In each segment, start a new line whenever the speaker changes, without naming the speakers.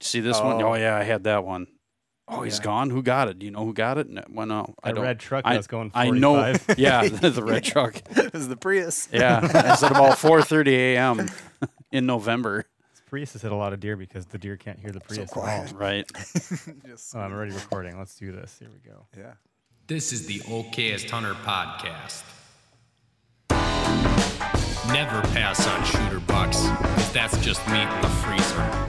See this one? Oh yeah, I had that one. Oh, he's gone. Who got it? Do you know who got it? No, well, no, I
That
don't.
red truck
I,
that's going
I know.
45.
Yeah, the red truck.
It was the Prius.
Yeah, it's at about 4:30 a.m. in November.
Prius has hit a lot of deer because the deer can't hear the Prius. at all.
Right.
Just-
Oh, I'm already recording. Let's do this. Here we go.
yeah.
This is the OKest Hunter Podcast. Never pass on shooter bucks, 'cause that's just meat in the freezer.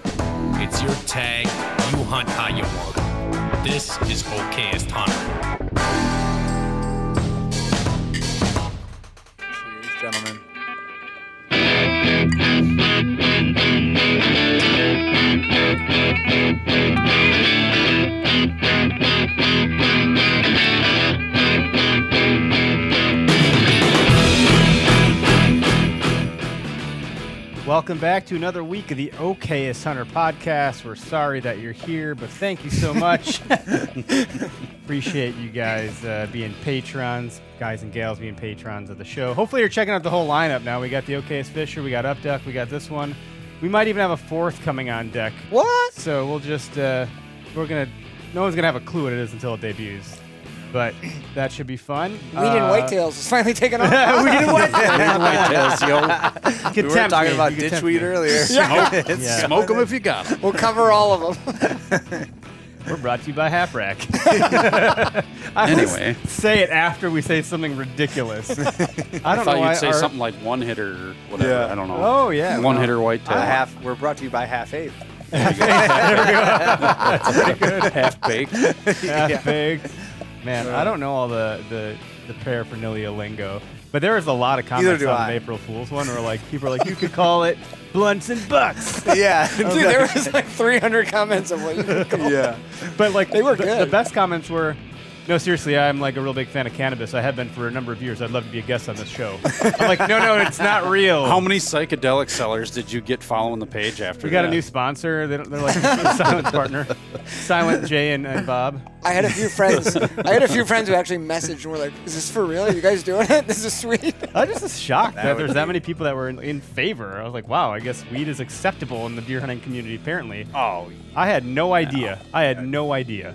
It's your tag, you hunt how you want. This is OKest Hunter.
Cheers, gentlemen.
Welcome back to another week of the OKS Hunter podcast. We're sorry that you're here, but thank you so much. Appreciate you guys uh, being patrons, guys and gals being patrons of the show. Hopefully, you're checking out the whole lineup now. We got the OKS Fisher, we got Upduck, we got this one. We might even have a fourth coming on deck.
What?
So we'll just uh, we're gonna no one's gonna have a clue what it is until it debuts, but that should be fun. Uh,
We didn't
Uh,
whitetails. It's finally taken off.
we didn't whitetail.
Yes, yo,
We were talking about ditch weed earlier.
smoke,
Yeah.
smoke 'em if you got 'em.
We'll cover all of them.
We're brought to you by Half Rack.
Anyway,
say it after we say something ridiculous. I don't
I
know
thought
why.
you'd say
our-
something like one hitter or whatever.
Yeah.
I don't know.
Oh yeah,
One hitter white tail.
Uh, half. We're brought to you by Half Eight.
half baked.
half baked. Man, I don't know all the, the the paraphernalia lingo, but there was a lot of comments
do
on
I.
the April Fools one where like people are like, you could call it blunts and bucks,
yeah.
Dude, there was like 300 comments of what you could call.
yeah.
but like
They were
the,
good.
the best comments were. No, seriously, I'm like a real big fan of cannabis. I have been for a number of years. I'd love to be a guest on this show. I'm like, no, no, it's not real.
How many psychedelic sellers did you get following the page after
we got
that?
a new sponsor. They don't, they're like a silent partner, Silent Jay and, and Bob.
I had a few friends. I had a few friends who actually messaged and were like, "Is this for real? Are you guys doing it? This is sweet."
I just was shocked that,
That would
there's that many people that were in, in favor. I was like, wow, I guess weed is acceptable in the deer hunting community, apparently.
Oh,
I had no idea. I had no idea.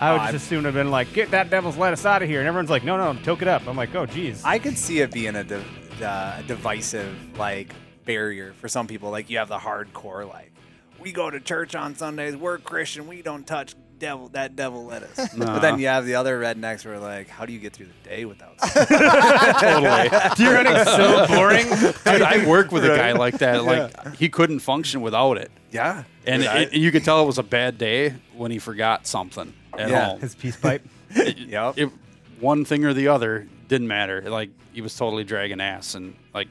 I would
I-
just assume have been like, get that devil's lettuce out of here. And everyone's like, no, no, toke it up. I'm like, oh, geez.
I could see it being a div- uh, a divisive like barrier for some people. Like you have the hardcore like we go to church on Sundays. We're Christian. We don't touch devil that devil lettuce. But then you have the other rednecks who are like, how do you get through the day without?
totally.
deer hunting's so boring.
Dude, I worked with a guy like that. Like he couldn't function without it,
yeah.
and
Dude, I-
it- you could tell it was a bad day when he forgot something at
Yeah.
all.
His peace pipe.
Yep.
It, one thing or the other didn't matter. Like he was totally dragging ass, and like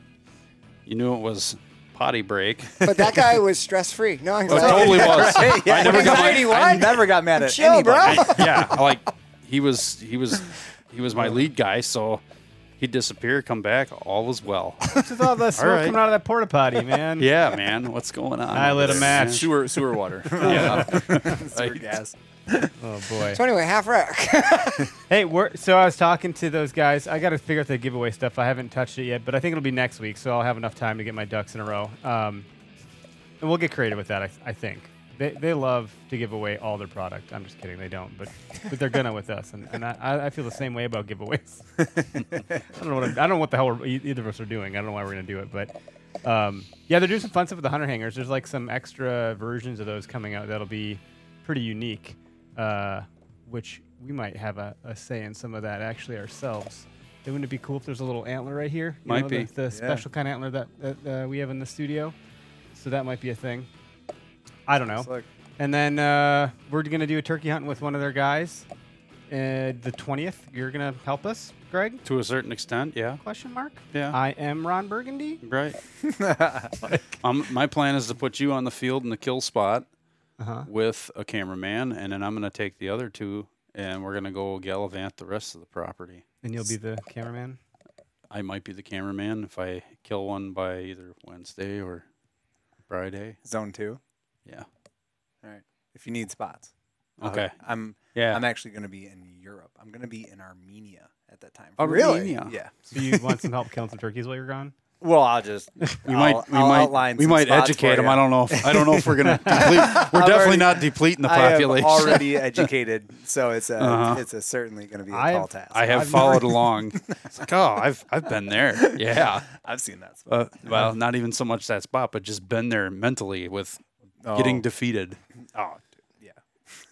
you knew it was potty break.
But that guy was stress free. No
Oh,
It
anxiety.
totally was. I never got my,
Anxiety, what?
I never got mad at
Chill,
anybody.
bro.
I- yeah, like he was he was he was my lead guy, so he'd disappear, come back, all was well.
Just all the smoke
right.
coming out of that porta potty, man.
Yeah, man, what's going on?
I lit a match.
Sewer sewer water. sewer
Right.
gas.
Oh, boy.
So anyway, half rack.
Hey, we're, so I was talking to those guys. I got to figure out the giveaway stuff. I haven't touched it yet, but I think it'll be next week, so I'll have enough time to get my ducks in a row. Um, and we'll get creative with that. I, I think they, they love to give away all their product. I'm just kidding, they don't, but but they're gonna with us, and, and I- I, I feel the same way about giveaways. I don't know what I'm, I don't know what the hell we're, e- either of us are doing. I don't know why we're gonna do it, but um, yeah, they're doing some fun stuff with the hunter hangers. There's like some extra versions of those coming out that'll be pretty unique, uh, which we might have a, a say in some of that actually ourselves. Then Wouldn't it be cool if there's a little antler right here? You
Might
know,
be.
the- the special kind of antler that, that uh, we have in the studio. So that might be a thing. I don't know.
like-
and then uh, we're going to do a turkey hunt with one of their guys. Uh, the 20th, you're going to help us, Greg?
To a certain extent, yeah.
Question mark?
Yeah.
I am Ron Burgundy.
Right. um, my plan is to put you on the field in the kill spot,
Uh-huh.
with a cameraman, and then I'm going to take the other two, and we're going to go gallivant the rest of the property.
And you'll be the cameraman.
I might be the cameraman if I kill one by either Wednesday or Friday.
Zone two.
Yeah.
All right. If you need spots. I'll
Okay.
hook- I'm
Yeah.
I'm actually going to be in Europe. I'm going to be in Armenia at that time.
Armenia.
Yeah.
So you want some help killing some turkeys while you're gone?
Well, I'll just
We
I'll,
might, we
I'll
might,
outline
we
some
might
spots for
educate them.
ya.
I don't know. If, I don't know if we're gonna. deplete, we're
I've
definitely
already-
not depleting the
I am
population.
already educated, so it's a
Uh-huh.
it's a certainly going to be a
I've-
tall task.
I have
I've never-
followed along. It's like, oh, I've I've been there. Yeah.
I've seen that. Spot.
Uh, well, not even so much that spot, but just been there mentally with
Oh.
getting defeated.
Oh, dude,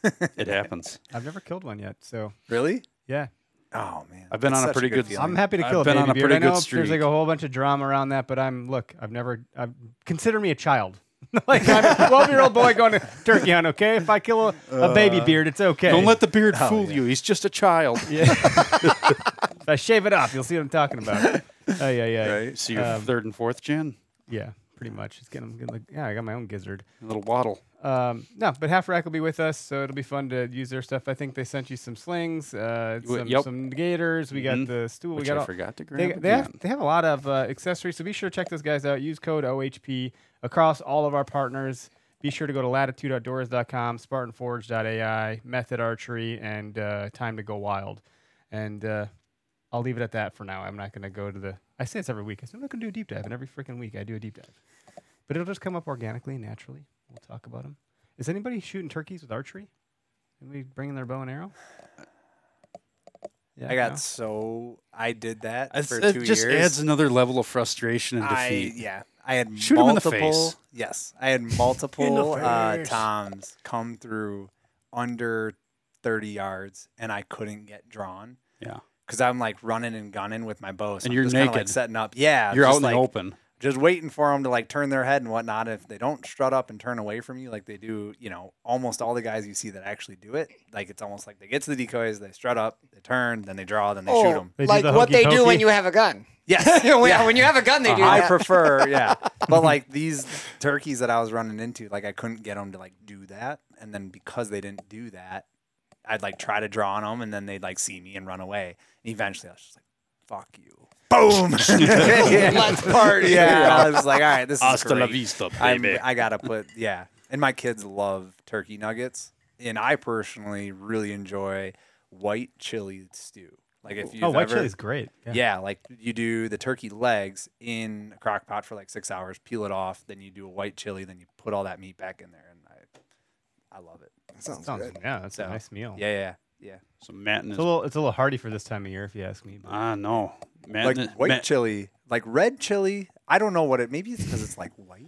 yeah.
It happens.
I've never killed one yet, so
Really?
yeah.
Oh man,
I've been
That's
on a
such
pretty
good
good-
feeling.
I'm happy to
I've
kill
been
a
on
baby
a
beard.
pretty
I know
good
there's like
streak.
a whole bunch of drama around that, but I'm look. I've never. I've consider me a child. like I'm a 12 year old boy going to turkey hunt. Okay, if I kill a, a baby beard, it's okay.
Uh, Don't let the beard fool you. He's just a child.
If I shave it off. You'll see what I'm talking about. Oh yeah, yeah,
Right.
So you're third and fourth gen.
yeah. Pretty much. It's getting, getting like yeah. I got my own gizzard.
A little waddle.
Um, no, but Half Rack will be with us, so it'll be fun to use their stuff. I think they sent you some slings, uh,
Wh-
some,
yep.
some gators. We got
Mhm.
the stool. we
Which
got
I
all-
forgot to grab.
They, they, have,
again.
they have a lot of uh, accessories, so be sure to check those guys out. Use code OHP across all of our partners. Be sure to go to latitudeoutdoors.com, spartanforge.ai, Method Archery, and uh, Time to Go Wild. And uh, I'll leave it at that for now. I'm not going to go to the. I say it's every week. I said I'm not going to do a deep dive, and every freaking week I do a deep dive. But it'll just come up organically, naturally. We'll talk about them. Is anybody shooting turkeys with archery? Anybody bringing their bow and arrow? Yeah,
I got
no?
so I did that
It's-
for
it
two
just
years.
adds another level of frustration and
I,
defeat.
yeah, I had
Shoot 'em in the
multiple.
face.
Yes, I had multiple uh, toms come through under thirty yards, and I couldn't get drawn
yeah.
because I'm like running and gunning with my bow. So
And
I'm
you're
just kinda, like
naked.
setting up. Yeah,
You're
just
out in
like,
the open.
just waiting for them to like turn their head and whatnot. If they don't strut up and turn away from you, like they do, you know, almost all the guys you see that actually do it, like it's almost like they get to the decoys, they strut up, they turn, then they draw, then they shoot 'em. shoot
Oh.
them.
They do
like
the
what
hokey
they do
pokey.
when you have a gun.
Yes.
when,
Yeah.
when you have a gun, they do
Uh, I
that.
prefer, yeah. But like these turkeys that I was running into, like I couldn't get them to like do that, and then because they didn't do that, I'd like try to draw on them, and then they'd like see me and run away. And eventually, I was just like, "Fuck you." Boom!
Let's party.
Yeah, I was like, all right, this is
Hasta la
great.
vista,
I'm-
baby.
I gotta put yeah. And my kids love turkey nuggets, and I personally really enjoy white chili stew. Like if you
Oh, white
ever,
chili's great.
yeah. like you do the turkey legs in a crock pot for like six hours, peel it off, then you do a white chili, then you put all that meat back in there, and I, I love it.
That sounds
Sounds
good.
yeah, that's
So,
a nice meal.
Yeah, yeah, yeah.
So Matt
It's
and his
a little it's a little hardy for this time of year, if you ask me. but-
Ah, no. Man,
Like
th-
white
man-
chili, like red chili. I don't know what it. Maybe it's because it's like white.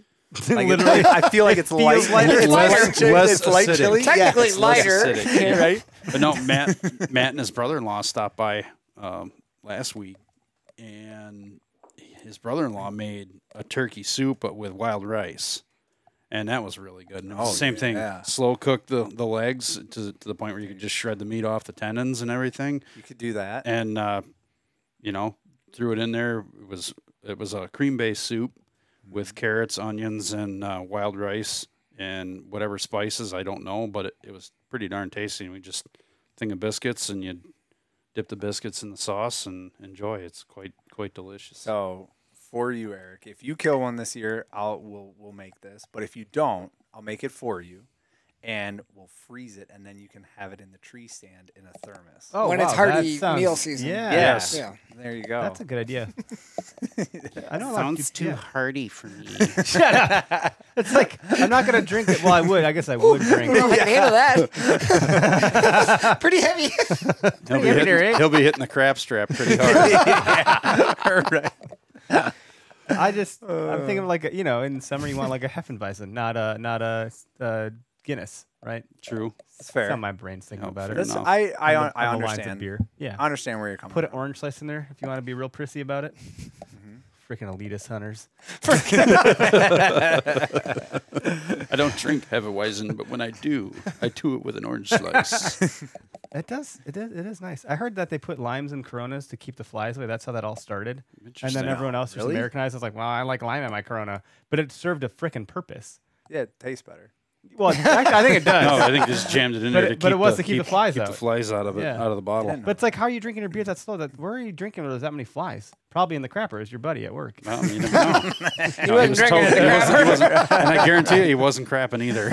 Like it-
Literally,
I feel like it's light.
feels lighter.
It's
It's
lighter.
less-
chili-
less
It's light
acidic.
chili. Yeah,
Technically
it's less
lighter.
acidic.
acidic. Yeah, right?
But no, Matt, Matt and his brother-in-law stopped by um, last week, and his brother-in-law made a turkey soup but with wild rice, and that was really good. And it was the same
Oh, yeah.
thing, slow cook the, the legs to to the point where you could just shred the meat off the tendons and everything,
You could do that.
and uh, you know threw it in there. It was it was a cream-based soup with carrots, onions, and uh, wild rice and whatever spices I don't know, but it, it was pretty darn tasty. And we just thing of biscuits and you dip the biscuits in the sauce and enjoy. It's quite quite delicious.
So for you, Eric, if you kill one this year, I'll we'll we'll make this. But if you don't, I'll make it for you, and we'll freeze it, and then you can have it in the tree stand in a thermos.
oh,
when it's
wow, that
hardy
sounds-
meal season.
Yeah,
Yes.
Yeah.
There you go.
that's a good idea. I don't
Sounds
like
too
you,
hearty for me.
yeah. Shut up. It's like I'm not gonna drink it. Well, I would. I guess I would drink.
I can handle that. Pretty heavy.
he'll, be
Pretty
hitting,
heavy, right?
he'll be hitting the crap strap pretty hard.
I just I'm thinking like a, you know in summer you want like a Heffenweizen, not a not a uh, Guinness, right?
True.
That's
That's
how
fair.
my brain's thinking
No,
about
fair
it.
That's,
enough.
I I,
On the-
I
on the lines of
understand.
beer. Yeah.
I understand where you're coming.
Put an
from.
orange slice in there if you want to be real prissy about it. Mm-hmm. Freaking elitist hunters.
I don't drink Hefeweizen, but when I do, I do it with an orange slice.
It does. It is. It is nice. I heard that they put limes in Coronas to keep the flies away. That's how that all started. And
Interesting.
then everyone else just
Really?
Americanized. It's like, wow, I like lime in my Corona, but it served a frickin' purpose.
Yeah, it tastes better.
Well, actually, I think it does.
No, I think they just jammed it in
But
there to
it-
keep
but it was to keep the flies
keep
out.
the flies out of it,
Yeah.
out of the bottle.
But it's like, how are you drinking your beer that slow? That where are you drinking? Where there's that many flies? Probably in the crapper. Is your buddy at work?
Well, you never know.
You wasn't drinking it
he
at the
wasn't, he wasn't, and I guarantee you, he wasn't crapping either.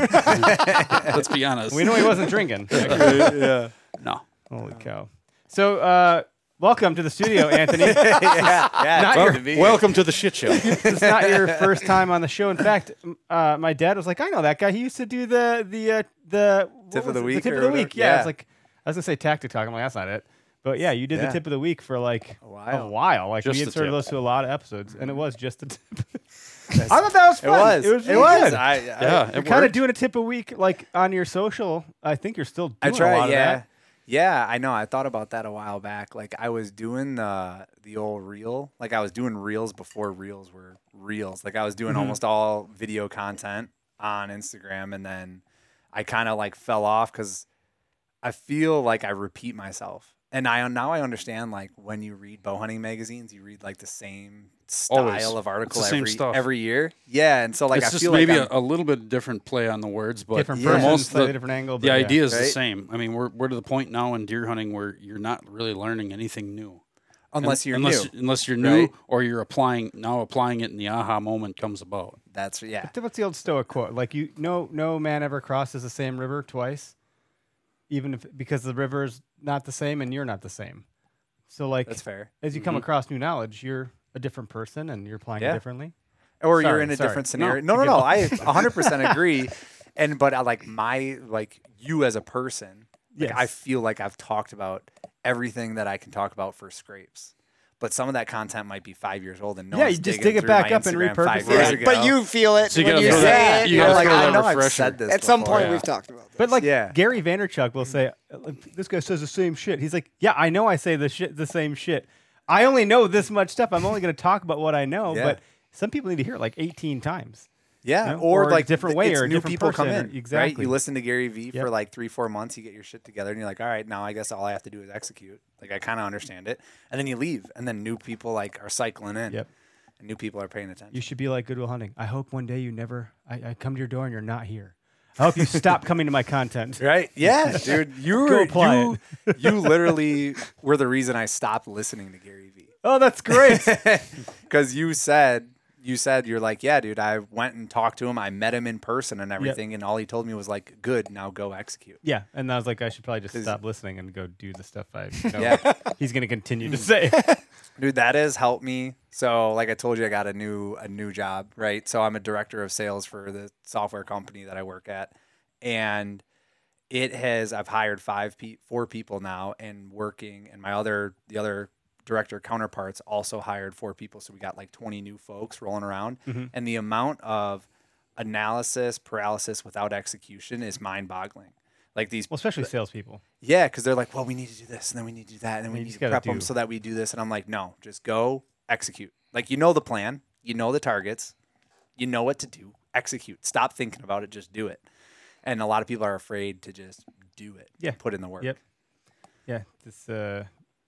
Let's be honest.
we know he wasn't drinking.
yeah. No.
Holy cow! So, uh, welcome to the studio, Anthony.
yeah, yeah.
Not
good
your-
to be here.
Welcome to the shit show.
it's not your first time on the show. In fact, m- uh, my dad was like, "I know that guy. He used to do the the uh, the what
Tip of
was
the
it?
week
tip
or
of the
whatever.
week." Yeah,
Yeah.
it's like I was gonna say tactic talk. I'm like, that's not it. But yeah, you did
Yeah.
the tip of the week for like a
while.
while. Like
Just
we
the
had started
tip.
those to a lot of episodes, and it was just the tip. I thought that was
It
fun.
was.
It was.
It
really
was.
good.
I, I,
You're
Yeah,
kind
it
of
worked.
doing a tip a week, like on your social. I think you're still doing
I
a
tried.
lot
Yeah,
of that.
yeah. I know. I thought about that a while back. Like I was doing the the old reel. Like I was doing reels before reels were reels. Like I was
Mm-hmm.
doing almost all video content on Instagram, and then I kind of like fell off because I feel like I repeat myself. And I now I understand like when you read bow hunting magazines, you read like the same style
Always. It's
of
the
article
same
every
stuff.
every year. Yeah, and so like
it's
I
just
feel
maybe
like I'm-
a, a little bit different play on the words, but
Different
for
person,
most
slightly
the,
different angle. But
the
yeah.
idea is the
Right?
same. I mean, we're we're to the point now in deer hunting where you're not really learning anything new.
unless you're
unless,
new.
Unless you're new
right?
or you're applying now applying it and the aha moment comes about.
That's yeah.
Th- What's the old Stoic quote? Like you, no, no man ever crosses the same river twice, even if because the river's not the same and you're not the same. So like,
That's fair. Mm-hmm.
as you come across new knowledge, you're a different person and you're applying
Yeah.
it differently.
or you're
Sorry,
in a
sorry.
different
No,
scenario. No, no, no. I 100% agree. And but I like my like you as a person, like I
Yes.
feel like I've talked about everything that I can talk about for scrapes. But some of that content might be five years old, and no
Yeah,
one's
you just
digging
dig it
through my
back up and
Instagram five
repurpose it.
years
Yeah,
ago.
But you feel it
So you
when
gotta
you
throw
say
that-
it.
you
you're
gotta
like,
throw
I
that
know.
I've
refresher.
said this
At some
before.
point,
Yeah.
we've talked about this.
But like
Yeah.
Gary Vaynerchuk will say, "This guy says the same shit." He's like, "Yeah, I know. I say the shit, the same shit. I only know this much stuff. I'm only going to talk about what I know."
Yeah.
But some people need to hear it like 18 times.
Yeah,
know,
or,
or a
like
different
th-
way
it's
or a
new
different
people come
person or-
in. right?
exactly.
You listen to Gary Vee for
Yep.
like three, four months. You get your shit together, and you're like, all right, now I guess all I have to do is execute. Like I kind of understand it, and then you leave, and then new people like are cycling in.
Yep.
And new people are paying attention.
You should be like Goodwill Hunting. I hope one day you never. I, I come to your door and you're not here. I hope you stop coming to my content.
Right? Yeah, dude. You were
apply
you, you literally were the reason I stopped listening to Gary Vee.
Oh, that's great.
Because you said you said you're like, yeah, dude, I went and talked to him. I met him in person and everything, and all he told me was like, good, now go execute.
yeah, and I was like, I should probably just
'Cause-
stop listening and go do the stuff I know
Yeah. Hmm.
he's going to continue to say.
Dude, that has helped me. So like I told you, I got a new a new job, right? So I'm a director of sales for the software company that I work at. And it has I've hired five pe- four people now and working and my other the other director counterparts also hired four people so we got like 20 new folks rolling around and the amount of analysis paralysis without execution is mind-boggling like these
Well, especially salespeople.
yeah, because they're like, well, we need to do this, and then we need to do that, and then we
you
need
just
to
gotta
prep them
do.
so that we do this. And I'm like, no, just go execute. Like you know the plan, you know the targets, you know what to do. Execute. Stop thinking about it. Just do it. And a lot of people are afraid to just do it.
Yeah.
Put in the work.
Yep. Yeah, this uh,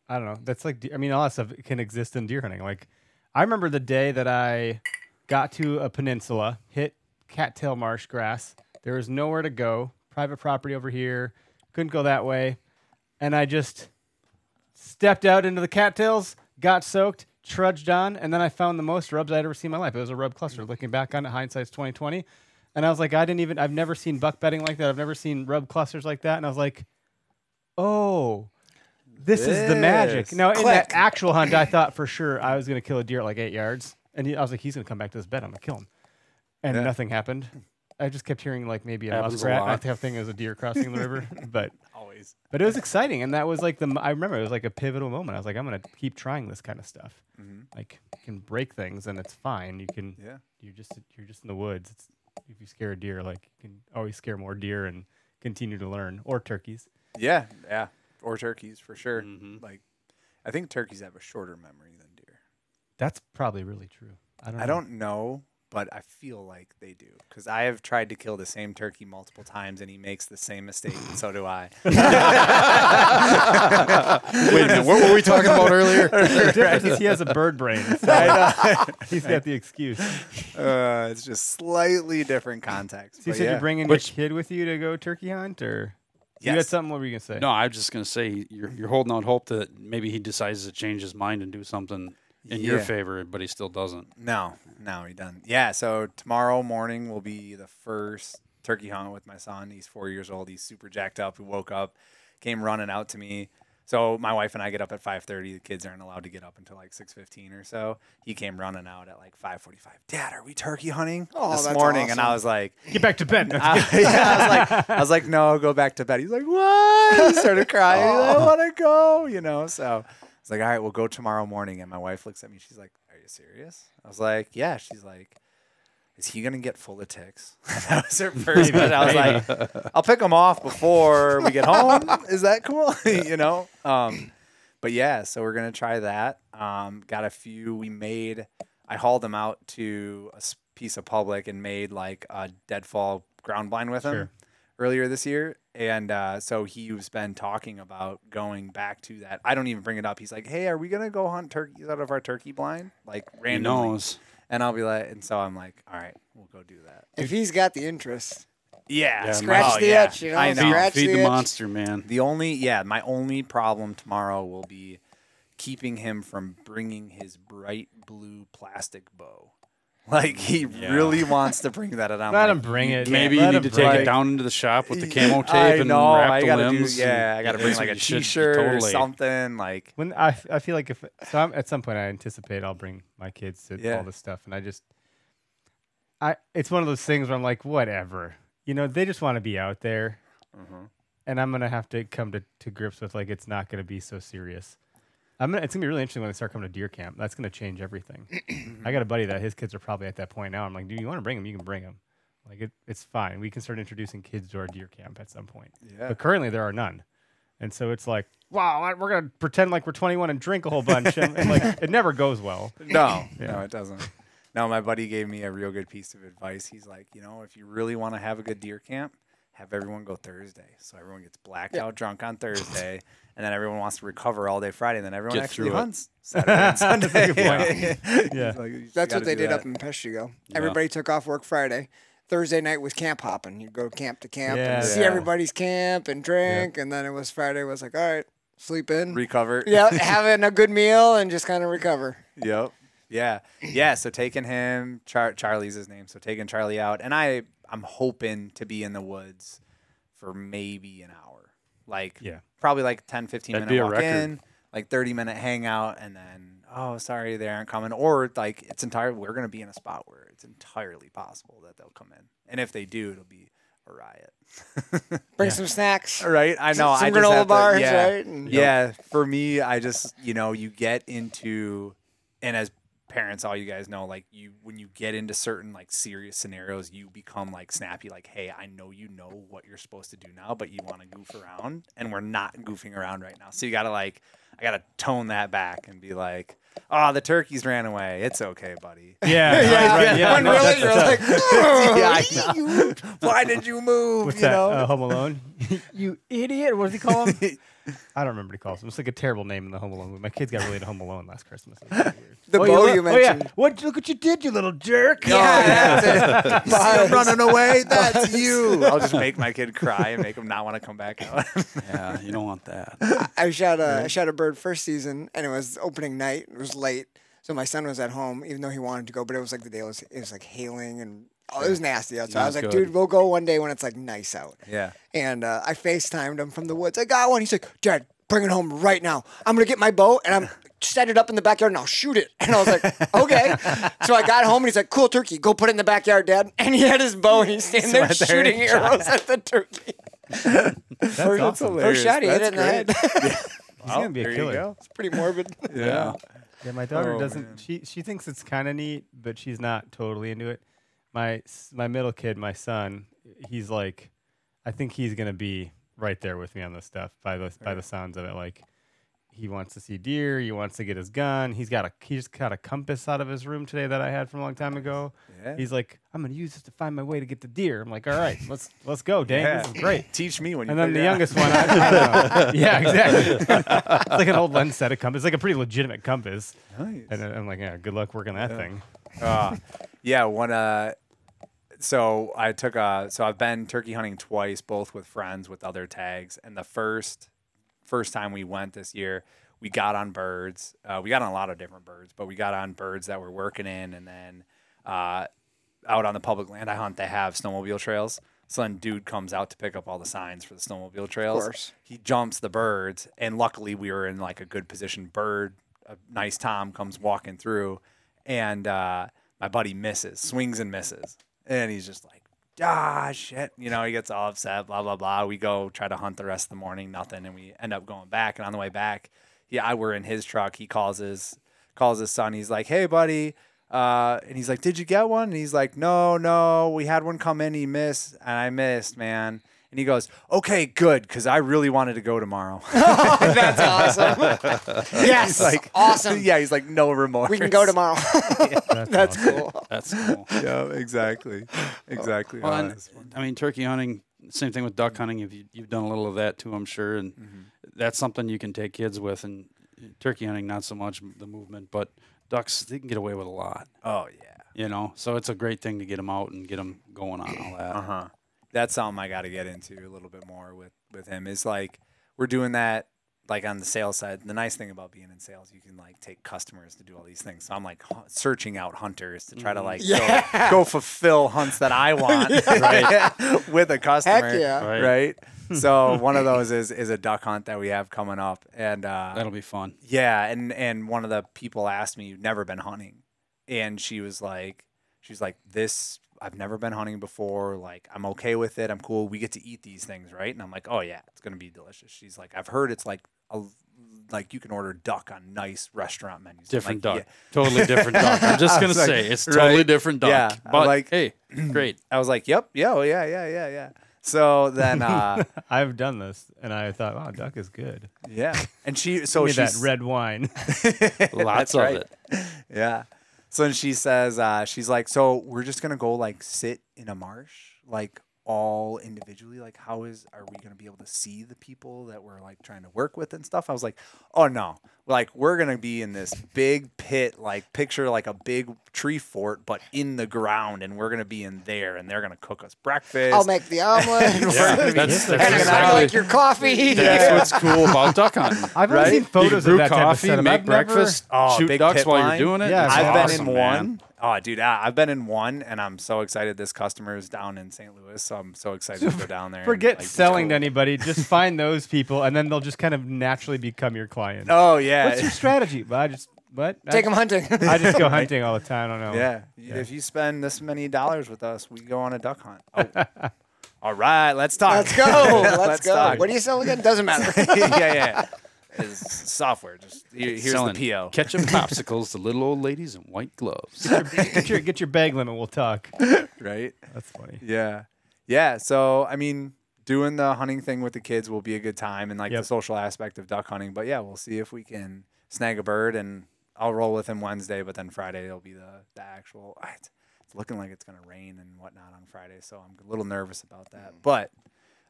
I don't know. That's like de- I mean, a lot of stuff can exist in deer hunting. Like, I remember the day that I got to a peninsula, hit cattail marsh grass. There was nowhere to go. Private property over here. Couldn't go that way, and I just stepped out into the cattails, got soaked, trudged on, and then I found the most rubs I'd ever seen in my life. It was a rub cluster. Looking back on it, hindsight's twenty twenty. And I was like, I didn't even. I've never seen buck bedding like that. I've never seen rub clusters like that. And I was like, oh, this is the magic.
This.
Now, in
Click.
that actual hunt, I thought for sure I was going to kill a deer at like eight yards. And he, I was like, he's going to come back to this bed. I'm going to kill him. And nothing happened. I just kept hearing like maybe a
Happens a
muskrat. I
lot.
kept thinking it was a deer crossing the river. But
Always.
but it was exciting. And that was like the, m- I remember it was like a pivotal moment. I was like, I'm going to keep trying this kind of stuff. Like, you can break things and it's fine. You can,
Mm-hmm. Yeah.
you're just, you're just in the woods. It's, if you scare a deer, like, you can always scare more deer and continue to learn or turkeys.
Yeah. Yeah. Or turkeys for sure. Like, I think turkeys have a shorter memory than deer.
That's probably really true. I don't.
I
know.
don't know but I feel like they do because I have tried to kill the same turkey multiple times, and he makes the same mistake, and so do I.
Wait a minute, what were we talking about earlier?
The difference is he has a bird brain. So he's got the excuse. So
Uh, it's just slightly different context.
you
but
said
yeah.
you're bringing
Which-
your kid with you to go turkey hunt, or you had
Yes.
something? What were you gonna say?
No, I'm just gonna say you're you're holding out hope that maybe he decides to change his mind and do something in your
Yeah.
favor, but he still doesn't.
No, no, he done. Yeah, so tomorrow morning will be the first turkey hunt with my son. He's four years old. He's super jacked up. He woke up, came running out to me. So my wife and I get up at 5:30. The kids aren't allowed to get up until like 6:15 or so. He came running out at like 5:45. Dad, are we turkey hunting
Oh,
this
that's
morning? And
awesome.
I was like,
Get back to bed.
I, yeah, I was like, I was like, no, go back to bed. He's like, what? He started crying. He's like, I want to go, you know. So I was like, all right, we'll go tomorrow morning. And my wife looks at me. She's like, are you serious? I was like, yeah. She's like, is he gonna get full of ticks? that was her first. But I was like, I'll pick him off before we get home. Is that cool? you know. Um, but yeah, so we're gonna try that. Um, got a few. We made. I hauled them out to a s- piece of public and made like a deadfall ground blind with him
Sure.
earlier this year. And uh, so he's been talking about going back to that. I don't even bring it up. He's like, "Hey, are we gonna go hunt turkeys out of our turkey blind?" Like
He
randomly.
knows.
And I'll be like, and so I'm like, all right, we'll go do that.
If he's got the interest,
Yeah,
Yeah,
scratch
Oh,
the
yeah.
itch. You know,
I know.
Scratch
Feed
the,
the
itch.
monster, man.
The only, yeah, my only problem tomorrow will be keeping him from bringing his bright blue plastic bow. Like he really wants to bring that, and I'm
Let
like,
him bring it.
Maybe
Let
you need
him
to take
bring
it down into the shop with the camo tape
I
and
know,
wrap
I
the
gotta
limbs.
do, yeah, I gotta
That's
bring
what
like a
you should- you
T-shirt or
totally-
something. Like,
When I, f- I feel like if so I'm, at some point I anticipate I'll bring my kids to
Yeah.
all this stuff, and I just I it's one of those things where I'm like, whatever, you know, they just want to be out there,
Mm-hmm.
and I'm gonna have to come to, to grips with like it's not gonna be so serious. I'm gonna, it's gonna be really interesting when I start coming to deer camp. That's gonna change everything. I got a buddy that his kids are probably at that point now. I'm like, dude, you want to bring them? You can bring them. Like it, it's fine. We can start introducing kids to our deer camp at some point.
Yeah.
But currently there are none. And so it's like, wow, I- we're gonna pretend like we're 21 and drink a whole bunch, and, and, like it never goes well.
no, no, it doesn't. No, my buddy gave me a real good piece of advice. He's like, you know, if you really want to have a good deer camp, have everyone go Thursday. So everyone gets blacked out drunk on Thursday, and then everyone wants to recover all day Friday, and then everyone
Get
actually
through it.
hunts Saturday and Sunday.
Yeah.
He's like, "You just
That's
gotta
what they
do
did
that."
up in Peshtigo. Everybody took off work Friday. Thursday night was camp hopping. You'd go camp to camp
Yeah.
and see
Yeah.
everybody's camp and drink. And then it was Friday was like, all right, sleep in.
recover.
yeah, having a good meal and just kind of recover.
Yep. Yeah. Yeah. So taking him, Char- Charlie's his name. So taking Charlie out, and I, I'm hoping to be in the woods for maybe an hour. Like,
Yeah.
probably like 10, 15
That'd be
minute
a
walk
record.
in, like 30 minute hangout, and then, oh, sorry, they aren't coming. Or like, it's entire, we're going to be in a spot where it's entirely possible that they'll come in. And if they do, it'll be a riot.
Bring some snacks.
Right? I know.
Some
I just
granola
have to-
bars,
yeah.
right? And-
Yeah. For me, I just you know you get into, and as parents, all you guys know, like you when you get into certain like serious scenarios, you become like snappy. Like, hey, I know you know what you're supposed to do now, but you want to goof around, and we're not goofing around right now. So you gotta like, I gotta tone that back and be like, oh, the turkeys ran away. It's okay, buddy.
Yeah,
Yeah, when
no,
really
that's-
you're
that's-
like, "Oh,
yeah, I know. Why did you move?
what's
you
that?
know.
Uh, Home Alone? you idiot! What does he call him? I don't remember what he calls him. It's like a terrible name in the Home Alone. movie. My kids got really into Home Alone last Christmas. It was really weird.
the
Oh,
bow
look-
you
oh, yeah.
mentioned.
What? Look what you did, you little jerk!
yeah. that's it.
See
Bars.
him running away. That's you. I'll just make my kid cry and make him not want to come back out.
Yeah, you don't want that.
I shot a I shot a bird first season, and it was opening night. It was late, so my son was at home, even though he wanted to go. But it was like the day was it was like hailing and oh, it was nasty outside. I
Not
was like,
good.
dude, we'll go one day when it's like nice out.
Yeah.
And uh, I Facetimed him from the woods. I got one. He's like, Dad, bring it home right now. I'm gonna get my bow and I'm set it up in the backyard and I'll shoot it. And I was like, okay. so I got home and he's like, cool turkey, go put it in the backyard, Dad. And he had his bow and he's standing there
right there.
shooting arrows at the turkey.
That's awesome.
First shot, he hit
That's
it in the head.
He's gonna be a
there you
killer.
go.
it's pretty morbid.
Yeah.
Yeah, my daughter
Oh,
doesn't.
man.
She she thinks it's kind of neat, but she's not totally into it. My s- my middle kid, my son, he's like, I think he's gonna be right there with me on this stuff by the by the sounds of it. Like, he wants to see deer. He wants to get his gun. He's got a he just got a compass out of his room today that I had from a long time ago.
Yeah.
He's like, I'm gonna use this to find my way to get the deer. I'm like, all right, let's let's go, dang, this is great.
Teach me when you.
And then
figure
the
it out.
youngest one, I, I don't know. yeah, exactly. it's like an old lens set of compass. It's like a pretty legitimate compass.
Nice.
And then I'm like, yeah, good luck working that thing.
Uh, yeah, one. Uh, so I took a. So I've been turkey hunting twice, both with friends with other tags. And the first, first time we went this year, we got on birds. Uh, we got on a lot of different birds, but we got on birds that were working in, and then uh, out on the public land I hunt, they have snowmobile trails. So then, dude comes out to pick up all the signs for the snowmobile trails.
course.
He jumps the birds, and luckily we were in like a good position. Bird, a nice Tom comes walking through, and uh, my buddy misses, swings and misses, and he's just like, ah shit, you know. He gets all upset, blah blah blah. We go try to hunt the rest of the morning, nothing, and we end up going back. And on the way back, yeah, I were in his truck. He calls his calls his son. He's like, "Hey, buddy," uh, and he's like, "Did you get one?" And he's like, "No, no, we had one come in. He missed, and I missed, man." And he goes, "Okay, good, because I really wanted to go tomorrow."
Oh, That's awesome. yes. awesome.
yeah, he's like, "No remorse.
We can go tomorrow.
That's, awesome.
cool.
That's cool.
yeah, exactly, exactly.
Well,
Oh,
and,
that's fun. Mm-hmm.
I mean, turkey hunting. Same thing with duck hunting. If you, you've done a little of that too, I'm sure, and that's something you can take kids with. And turkey hunting, not so much the movement, but ducks, they can get away with a lot.
Oh, yeah.
You know, so it's a great thing to get them out and get them going on all that.
Uh
Uh-huh.
huh. That's something I got to get into a little bit more with with him. Is like we're doing that like on the sales side. The nice thing about being in sales, you can like take customers to do all these things. So I'm like hu- searching out hunters to try to like go-
Mm-hmm. Yeah.
go, fulfill hunts that I want with a customer.
yeah.
Right.
Right. so one of those is is a duck hunt that we have coming up, and uh,
That'll be fun.
yeah, and and one of the people asked me, "You've never been hunting," and she was like, "She's like this. I've never been hunting before. Like I'm okay with it. I'm cool. We get to eat these things, right?" And I'm like, "Oh yeah, it's gonna be delicious." She's like, "I've heard it's like a like you can order duck on nice restaurant menus." I'm
Different
like,
duck. Totally different duck. I'm just
I
gonna
was like,
say it's
right.
totally different duck.
Yeah, I'm
But
like-
hey, great.
"Yeah." I was like, "Yep, yeah, oh, yeah, yeah, yeah, yeah." So then, uh,
I've done this, and I thought, wow, duck is good.
yeah, and she
Give
so
me that
Oh, she's
red wine.
Lots of
right.
it.
Yeah. So then she says, uh, she's like, so we're just gonna go like sit in a marsh, like all individually. Like, how is are we gonna be able to see the people that we're like trying to work with and stuff? I was like, oh no, like we're gonna be in this big pit, like picture like a big tree fort, but in the ground, and we're gonna be in there, and they're gonna cook us breakfast.
Oh,
I'll make the omelet.
Yeah,
and
that's, that's
I
exactly-
like your coffee.
That's what's cool about duck hunting.
I've only seen
You
photos
brew
of that type of
coffee,
setup.
make
I've never-
breakfast,
Oh,
shoot
big
ducks
pit
while
line.
you're doing it.
Yeah,
It's
I've
I've
awesome,
been in
man.
one. Oh, dude, I, I've been in one, and I'm so excited. This customer is down in St. Louis, so I'm so excited to go down there. and,
Forget
like,
selling to
discover-
anybody. Just find those people, and then they'll just kind of naturally become your client.
Oh yeah.
What's your strategy? Well, I just what?
Take
I,
them hunting.
I just go hunting all the time. I don't know.
Yeah. If you spend this many dollars with us, we go on a duck hunt. Oh. All right, let's talk.
Let's go. Let's, go.
talk.
What do you sell again? Doesn't matter.
yeah, yeah. It's software. Just here- here's
Selling
the PO.
Ketchup popsicles to little old ladies in white gloves.
Get your get your bag limit. We'll talk.
Right.
That's funny.
Yeah. Yeah. So I mean, doing the hunting thing with the kids will be a good time and like the
Yep.
social aspect of duck hunting. But yeah, we'll see if we can snag a bird and I'll roll with him Wednesday, but then Friday it'll be the, the actual ah, it's, it's looking like it's gonna rain and whatnot on Friday, so I'm a little nervous about that. But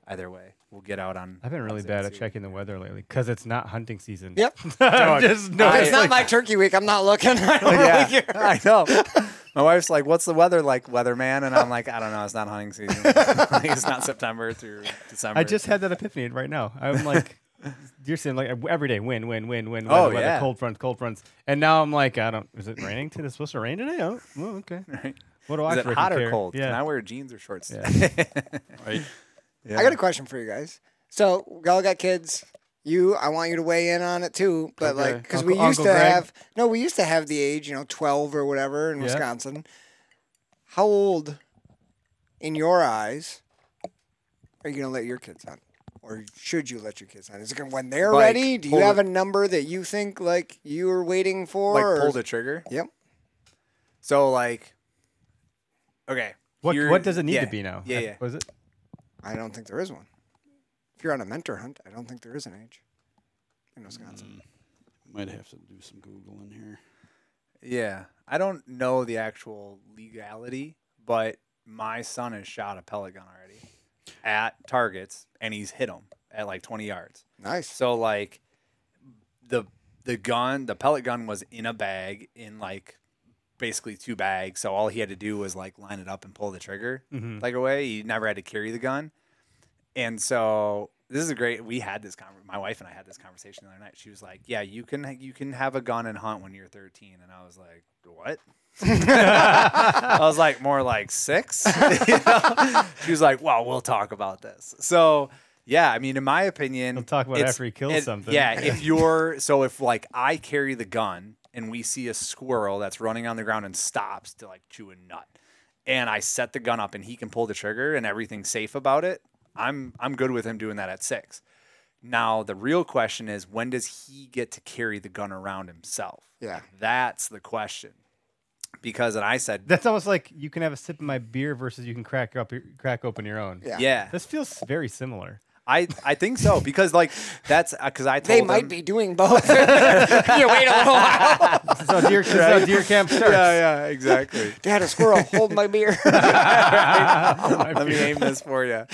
either way, we'll get out on
I've been really
Wednesday
bad
and
at
see.
checking the weather lately because it's not hunting season.
Yep.
I'm just no.
if it's
it's
not
like-
my turkey week, I'm not looking. I don't really
Yeah,
care.
I know. My wife's like, "What's the weather like, weatherman?" And I'm like, "I don't know. It's not hunting season. Like, it's not September through December."
I just had that epiphany right now. I'm like, you're saying like every day win, win, win, win.
Oh,
weather, weather,
yeah.
cold fronts, cold fronts. And now I'm like, I don't. Is it raining today? It's supposed to rain today? Oh, well, okay. What do I?
Is it
freaking
hot or
care?
cold? Can I
Yeah.
wear jeans or shorts?
Yeah.
Right?
I got a question for you guys. So, y'all got kids. You, I want you to weigh in on it too, but like, because we
Uncle-
used
Uncle
to
Greg?
have no, we used to have the age, you know, twelve or whatever in
Yeah.
Wisconsin. How old, in your eyes, are you gonna let your kids hunt, or should you let your kids hunt? Is it gonna, when they're
Like,
ready? Do you
pull
have
the-
a number that you think like you're waiting for?
Like
or-
pull the trigger.
Yep.
So like, okay.
What
here-
What does it need
yeah,
to be now?
Yeah,
I-
yeah.
Was it?
I don't think there is one. If you're on a mentor hunt, I don't think there is an age in Wisconsin.
Might have to do some googling here.
Yeah. I don't know the actual legality, but my son has shot a pellet gun already at targets and he's hit them at like 20 yards.
Nice.
So like the the gun, the pellet gun was in a bag in like basically two bags. So all he had to do was like line it up and pull the trigger
Mhm.
like away. He never had to carry the gun. And so this is a great. We had this conver My wife and I had this conversation the other night. She was like, "Yeah, you can you can have a gun and hunt when you're 13." And I was like, "What?" I was like, "More like six? You know? She was like, "Well, we'll talk about this." So yeah, I mean, in my opinion,
We'll talk about it
it's-
after he kills
it-
something.
Yeah, if you're so if like I carry the gun and we see a squirrel that's running on the ground and stops to like chew a nut, and I set the gun up and he can pull the trigger and everything's safe about it, I'm I'm good with him doing that at six. Now the real question is when does he get to carry the gun around himself?
Yeah.
That's the question. Because and I said
That's almost like you can have a sip of my beer versus you can crack up your, crack open your own.
Yeah.
yeah,
This feels very similar.
I, I think so because like that's because I told
They might
him-
be doing both. you wait a little while.
This is how deer, this is how deer camp starts.
yeah yeah exactly
Dad, a squirrel, hold my beer.
Let me aim this for you.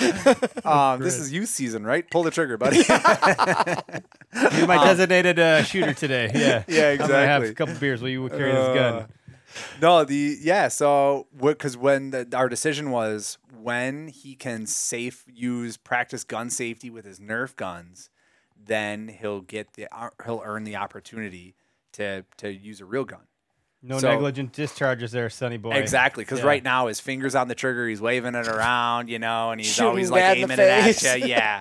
Um, this is youth season, right? Pull the trigger, buddy.
You're my designated uh, shooter today. Yeah.
Um, Yeah,
I'm gonna have
exactly. Uh,
a couple beers while you carry this gun.
no, the yeah. So because when the, our decision was when he can safe use practice gun safety with his Nerf guns, then he'll get the uh, he'll earn the opportunity to to use a real gun.
No
so-
negligent discharges there, Sonny boy.
Exactly, because
Yeah.
right now his fingers on the trigger, he's waving it around, you know, and he's
Shooting
always
Dad
like
in the
aiming it at
face.
you. Yeah,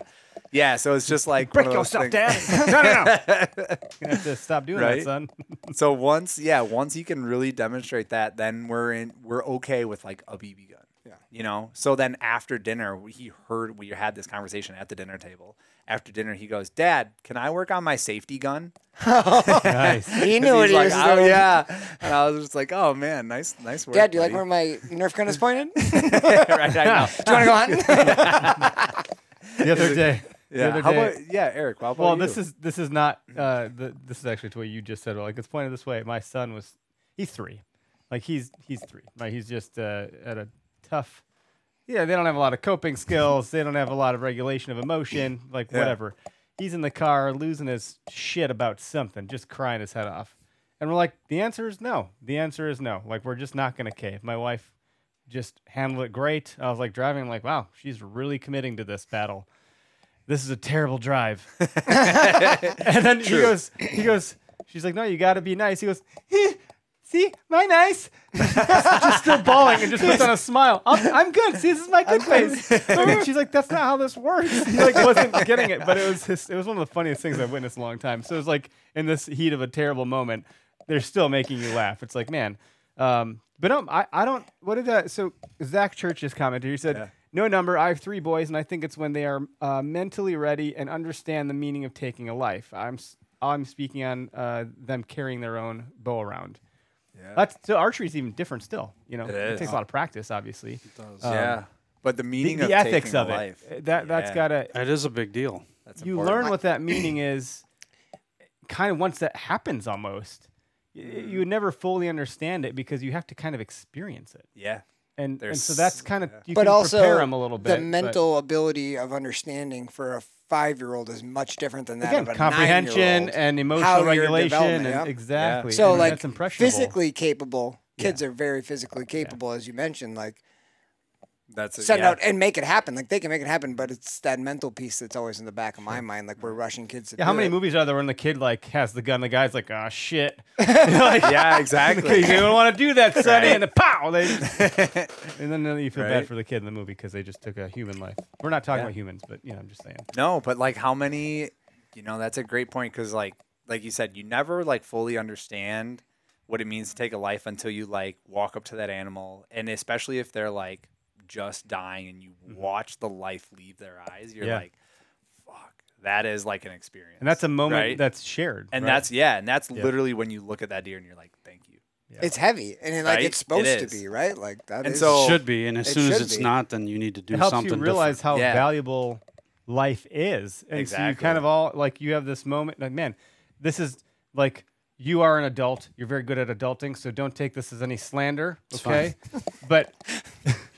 yeah. So it's just like
Break
one of those
yourself,
things-
Dad. no, no, no. Gonna have to stop doing
Right?
that, son.
So once, yeah, once he can really demonstrate that, then we're in, we're okay with like a BB gun.
Yeah.
You know. So then after dinner, we- he heard we had this conversation at the dinner table. After dinner, he goes, "Dad, can I work on my safety gun?"
nice.
he
'Cause
knew what
he's
he
like,
was
"Oh
doing.
yeah," and I was just like, "Oh man, nice, nice work."
Dad, do you like where
buddy."
my Nerf gun is pointed? do you
right, I know.
want to go hunting?
The other day. The
Yeah.
other
How
day,
about yeah, Eric? How about
Well,
you?
this is this is not uh, the, this is actually to what you just said. Like it's pointed this way. My son was he's three, like he's he's three. Right, he's just uh, at a tough. Yeah, they don't have a lot of coping skills. They don't have a lot of regulation of emotion. Like whatever. He's in the car losing his shit about something, just crying his head off. And we're like, the answer is no. The answer is no. Like we're just not gonna cave. My wife just handled it great. I was like driving, I'm like, wow, she's really committing to this battle. This is a terrible drive. and then he goes, he goes, she's like, no, you got to be nice. He goes, "Eh, see, my nice. just still bawling and just puts on a smile. I'm, I'm good. See, this is my good face. she's like, that's not how this works. He like wasn't getting it, but it was his, it was one of the funniest things I've witnessed in a long time. So it was like in this heat of a terrible moment, they're still making you laugh. It's like, man. Um, but um, I, I don't. What did that? So Zach Church just commented. He said, "No number. I have three boys, and I think it's when they are uh, mentally ready and understand the meaning of taking a life. I'm s- I'm speaking on uh, them carrying their own bow around. That's so archery is even different still. You know, it,
is.
takes a lot of practice, obviously.
yeah. But
Um, The,
the meaning
the
of
ethics
taking a
of it.
life.
uh, That that's
Yeah.
gotta.
That is a big deal.
That's
you
important.
learn what that meaning is, kind of once that happens, almost. Y- You would never fully understand it because you have to kind of experience it.
Yeah.
and and
There's-
so that's kind of you
but
can
also,
prepare them a little bit.
the
but
mental ability of understanding for a five-year-old is much different than that
again,
of a
comprehension
nine-year-old.
and
How
emotional
your
regulation, and
development, yeah.
exactly.
So
and
like
that's impressionable.
physically capable kids are very physically capable, as you mentioned. Like
That's a,
send
yeah.
out and make it happen. Like they can make it happen, but it's that mental piece that's always in the back of my mind. Like we're rushing kids. To
Yeah, how
do
many
it.
movies are there when the kid like has the gun, the guy's like, "Ah, shit." like,
Yeah,
You
exactly.
don't want to do that, Sonny, and the pow, they just- and then you feel
Right.
bad for the kid in the movie because they just took a human life. We're not talking
Yeah.
about humans, but you know, I'm just saying.
no, but like how many? You know, that's a great point because like like you said, you never like fully understand what it means to take a life until you like walk up to that animal, and especially if they're like just dying and you watch the life leave their eyes, you're
Mm-hmm. Yeah.
like, fuck, that is like an experience.
And that's a moment
Right?
that's shared,
and
right?
that's yeah, and that's
Yeah.
literally when you look at that deer and you're like, thank you.
It's heavy, and it, like
Right?
it's supposed
It
to
is.
be right. Like that is
And so- Oh,
should be, and as
it
soon as
should
it's
be.
not, then you need to do
it helps
something.
you realize
different.
how
Yeah.
valuable life is. And so you
Exactly.
kind of all like you have this moment like, man, this is like you are an adult. You're very good at adulting, so don't take this as any slander, okay? But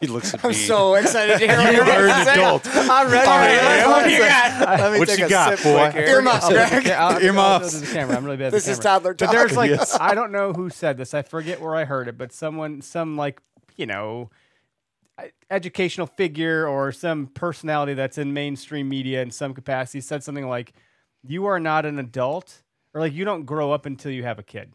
He looks at
I'm
me.
so excited to hear what
you
you're
are
gonna
an
say.
adult.
I'm ready.
what you
got? Let me
What
take
you
a
got,
sip
boy?
quick here. Earmuffs, Greg.
Okay, I'll- I'll
Earmuffs.
show this to the camera. I'm really bad. at
This
the
is
camera.
toddler
But there's
talk.
like
Yes.
I don't know who said this. I forget where I heard it, but someone, some like you know, e- educational figure or some personality that's in mainstream media in some capacity said something like, "You are not an adult, or like you don't grow up until you have a kid,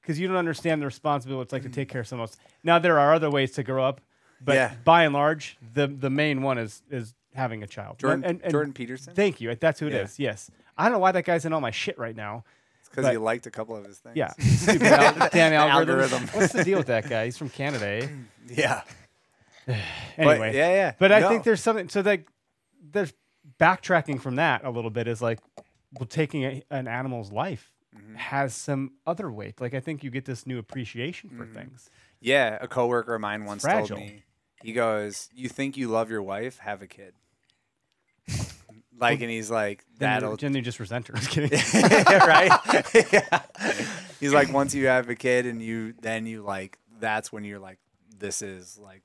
because you don't understand the responsibility it's like to take care of someone else." Now there are other ways to grow up, but
Yeah.
by and large, the the main one is is having a child.
Jordan,
and, and-
Jordan Peterson?
Thank you. That's who it is.
Yeah.
Yes. I don't know why that guy's in all my shit right now.
Because
but-
you liked a couple of his things.
Yeah. Stupid al- damn algorithm.
algorithm.
What's the deal with that guy? He's from Canada. Eh?
Yeah.
Anyway.
But, yeah, yeah.
But I
No.
think there's something. So like, there's backtracking from that a little bit is like, well, taking a, an animal's life
Mm-hmm.
has some other weight. Like I think you get this new appreciation
Mm-hmm.
for things.
Yeah, a coworker of mine once
fragile.
told me. He goes, "You think you love your wife? Have a kid." like, and he's like,
Then you-
"That'll
then you just resent her. Just kidding.
right." yeah. He's like, "Once you have a kid, and you then you like, that's when you're like, this is like."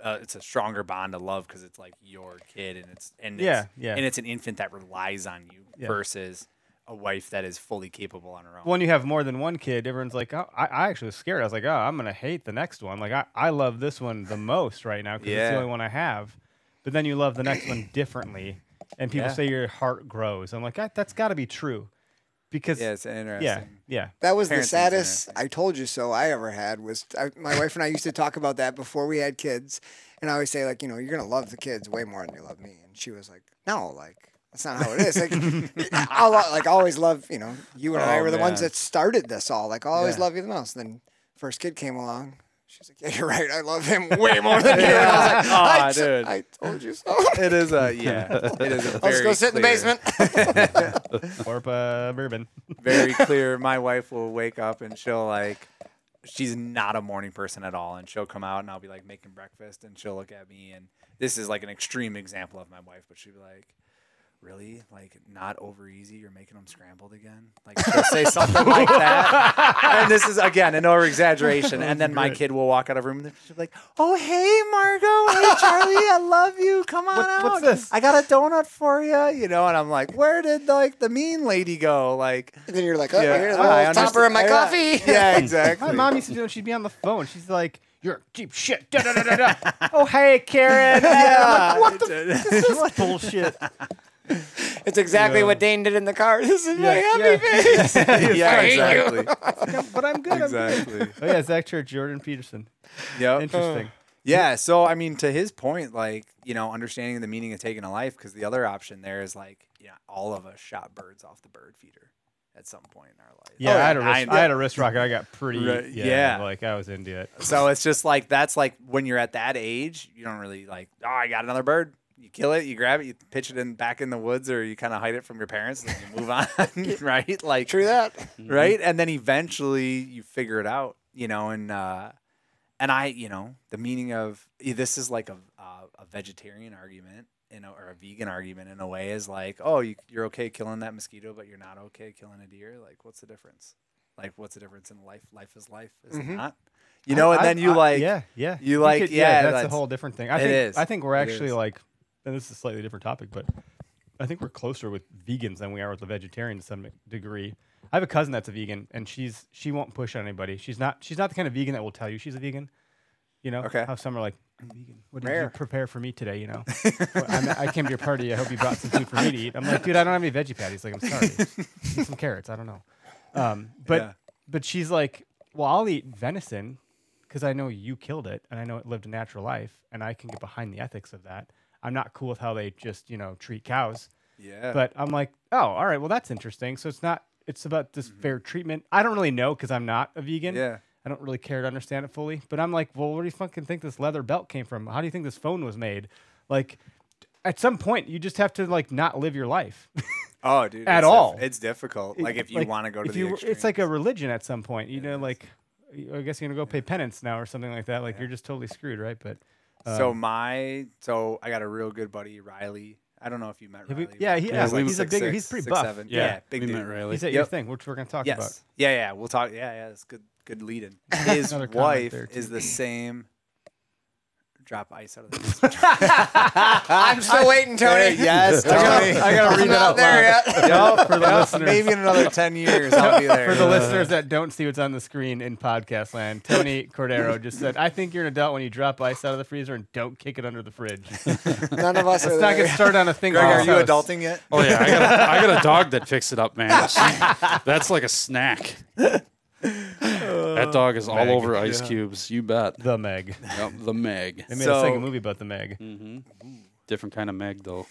Uh, it's a stronger bond of love because it's like your kid and it's and it's,
Yeah, yeah.
and it's an infant that relies on you
Yeah.
versus a wife that is fully capable on her own.
when you have more than one kid, everyone's like, oh, I, I actually was scared. I was like, oh, I'm going to hate the next one. Like, I, I love this one the most right now because it's
Yeah.
the only one I have. But then you love the next one differently. And people
Yeah.
say your heart grows. I'm like, that, that's got to be true. Because,
yeah,
yeah,
it's interesting.
yeah, yeah.
That was the
Parenting's
saddest
interesting.
I told you so I ever had was I, my wife and I used to talk about that before we had kids, and I always say like you know you're gonna love the kids way more than you love me, and she was like no like that's not how it is like I'll like I always love you know you and I
Oh,
were the ones
man.
that started this all like I'll always
Yeah.
love you the most. And then first kid came along, she's like yeah you're right I love him way more than you. And I was like
Aw,
I, t-
dude.
I told you so.
It is a yeah. It is a
Let's
very
go sit in the
clear-
basement.
Orpa bourbon.
very clear. My wife will wake up and she'll like, she's not a morning person at all, and she'll come out and I'll be like making breakfast, and she'll look at me, and this is like an extreme example of my wife, but she'll be like. Really? Like not over easy? You're making them scrambled again? Like she'll say something like that. And this is again an over exaggeration. And then my kid will walk out of room and she'll be like, "Oh hey Margo, hey Charlie, I love you. Come on out.
what's this?
I got a donut for you. You know." And I'm like, "Where did like the mean lady go? Like
and then you're like oh
Yeah, Ah,
here's a
I
little topper in my
understand.
coffee.
yeah, exactly.
My mom used to do it. She'd be on the phone. She's like, you're a cheap shit. Da, da, da, da, da. oh, hey, Karen.
Yeah.
what the f- is this bullshit?
It's exactly
Yeah.
what Dane did in the car. This is my
Yeah,
happy face.
yeah,
I hate you.
exactly.
But I'm good. I'm good.
exactly.
Oh, yeah, Zach Church, Jordan Peterson.
Yep.
Interesting.
Yeah. So I mean, to his point, like you know, understanding the meaning of taking a life, because the other option there is like, you know, all of us shot birds off the bird feeder at some point in our life.
Oh, Yeah, I had a wrist.
I-
I, had a wrist rocket. I got pretty.
Oh, Right,
Yeah,
yeah.
like I was into it.
So it's just like that's like when you're at that age, you don't really like. Oh, I got another bird. You kill it, you grab it, you pitch it in back in the woods, or you kind of hide it from your parents, and then you move on, right? Like
True that.
Mm-hmm.
right? And then eventually you figure it out, you know, and uh, and I, you know, the meaning of eh, this is like a uh, a vegetarian argument, you know, or a vegan argument in a way is like, oh, you, you're okay killing that mosquito, but you're not okay killing a deer. Like, what's the difference? Like, what's the difference in life? Life is life, is it
Mhm.
not. You know, and
Mm-hmm. I-
then you
I-
like,
yeah, yeah.
you like- yeah,
That's, a
that's-
whole different thing. I
it
think,
is.
I think we're
It
actually
is.
like, and this is a slightly different topic, but I think we're closer with vegans than we are with the vegetarian to some degree. I have a cousin that's a vegan, and she's she won't push on anybody. She's not she's not the kind of vegan that will tell you she's a vegan. You know,
Okay.
How some are like, I'm vegan. What did
Rare.
you prepare for me today? You know, Well, I'm, I came to your party. I hope you brought some food for me to eat. I'm like, dude, I don't have any veggie patties. Like, I'm sorry. Eat some carrots. I don't know. Um, but
Yeah.
but she's like, well, I'll eat venison because I know you killed it and I know it lived a natural life and I can get behind the ethics of that. I'm not cool with how they just you know treat cows.
yeah,
But I'm like, oh, all right, well that's interesting. So it's not. It's about this fair treatment. I don't really know because I'm not a vegan.
Mm-hmm. yeah,
I don't really care to understand it fully. But I'm like, well, where do you fucking think this leather belt came from? How do you think this phone was made? Like, at some point, you just have to like not live your life.
oh, dude,
At
it's
all.
it's difficult. Like, if you want to go to
if
the,
you- it's like a
extremes.
religion at some point. You know, like I guess you're gonna go pay penance now or something like that. Um, Like you're just totally screwed, right? But
so my so I got a real good buddy Riley. I don't know if you met
Have
Riley.
we- yeah, he-
but
yeah,
he's like
he's a bigger-
6'6",
he's pretty
6'7".
buff.
Yeah,
Yeah,
big
we
dude.
met Riley.
He's at your
Yep.
thing, which we're going to talk
yes.
about.
Yeah, yeah. We'll talk. Yeah, yeah. That's good. Good lead in. His
Another comment
wife
there, too.
is the same. Drop ice out of the.
I'm still waiting, Tony.
yes,
I gotta-
Tony.
I gotta
I'm
read that
not
out
there
loud.
yet.
Yup,
For the
yup,
listeners.
Maybe in another ten years, I'll be there.
For the listeners that don't see what's on the screen in podcast land, Tony Cordero just said, "I think you're an adult when you drop ice out of the freezer and don't kick it under the fridge." Let's
None of us are
not
there.
get started on a thing.
Greg,
like
are you
toast.
adulting yet?
Oh yeah, I got, a, I got a dog that picks it up, man. She- that's like a snack. that dog is all over ice cubes. You bet.
The Meg.
Yep, the Meg. Mm-hmm.
They made a
So-
second movie about the Meg.
Different kind of Meg though.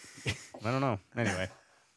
I don't know. Anyway,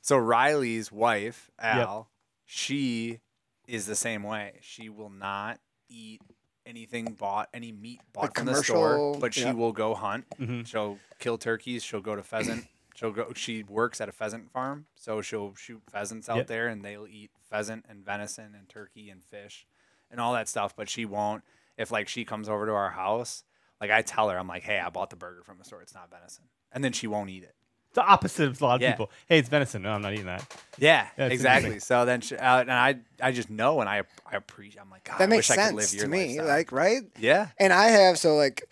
So Riley's wife, Al, she is the same way. She will not eat anything bought, any meat bought from the store,
commercial-
but she
yeah.
will go hunt. She'll kill turkeys. She'll go to pheasant. She'll go. She works at a pheasant farm, so she'll shoot pheasants out
Yep.
there, and they'll eat pheasant and venison and turkey and fish, and all that stuff. But she won't. If like she comes over to our house, like I tell her, I'm like, hey, I bought the burger from the store. It's not venison, and then she won't eat it.
it's the opposite of a lot of
Yeah.
people. Hey, it's venison. No, I'm not eating that.
Yeah,
Yeah, it's
exactly.
amazing.
So then, she, uh, and I, I just know, and I, I appreciate. I'm like, God, I
That makes
wish I could
sense
live your
to me.
lifestyle."
Like, right?
yeah,
And I have so like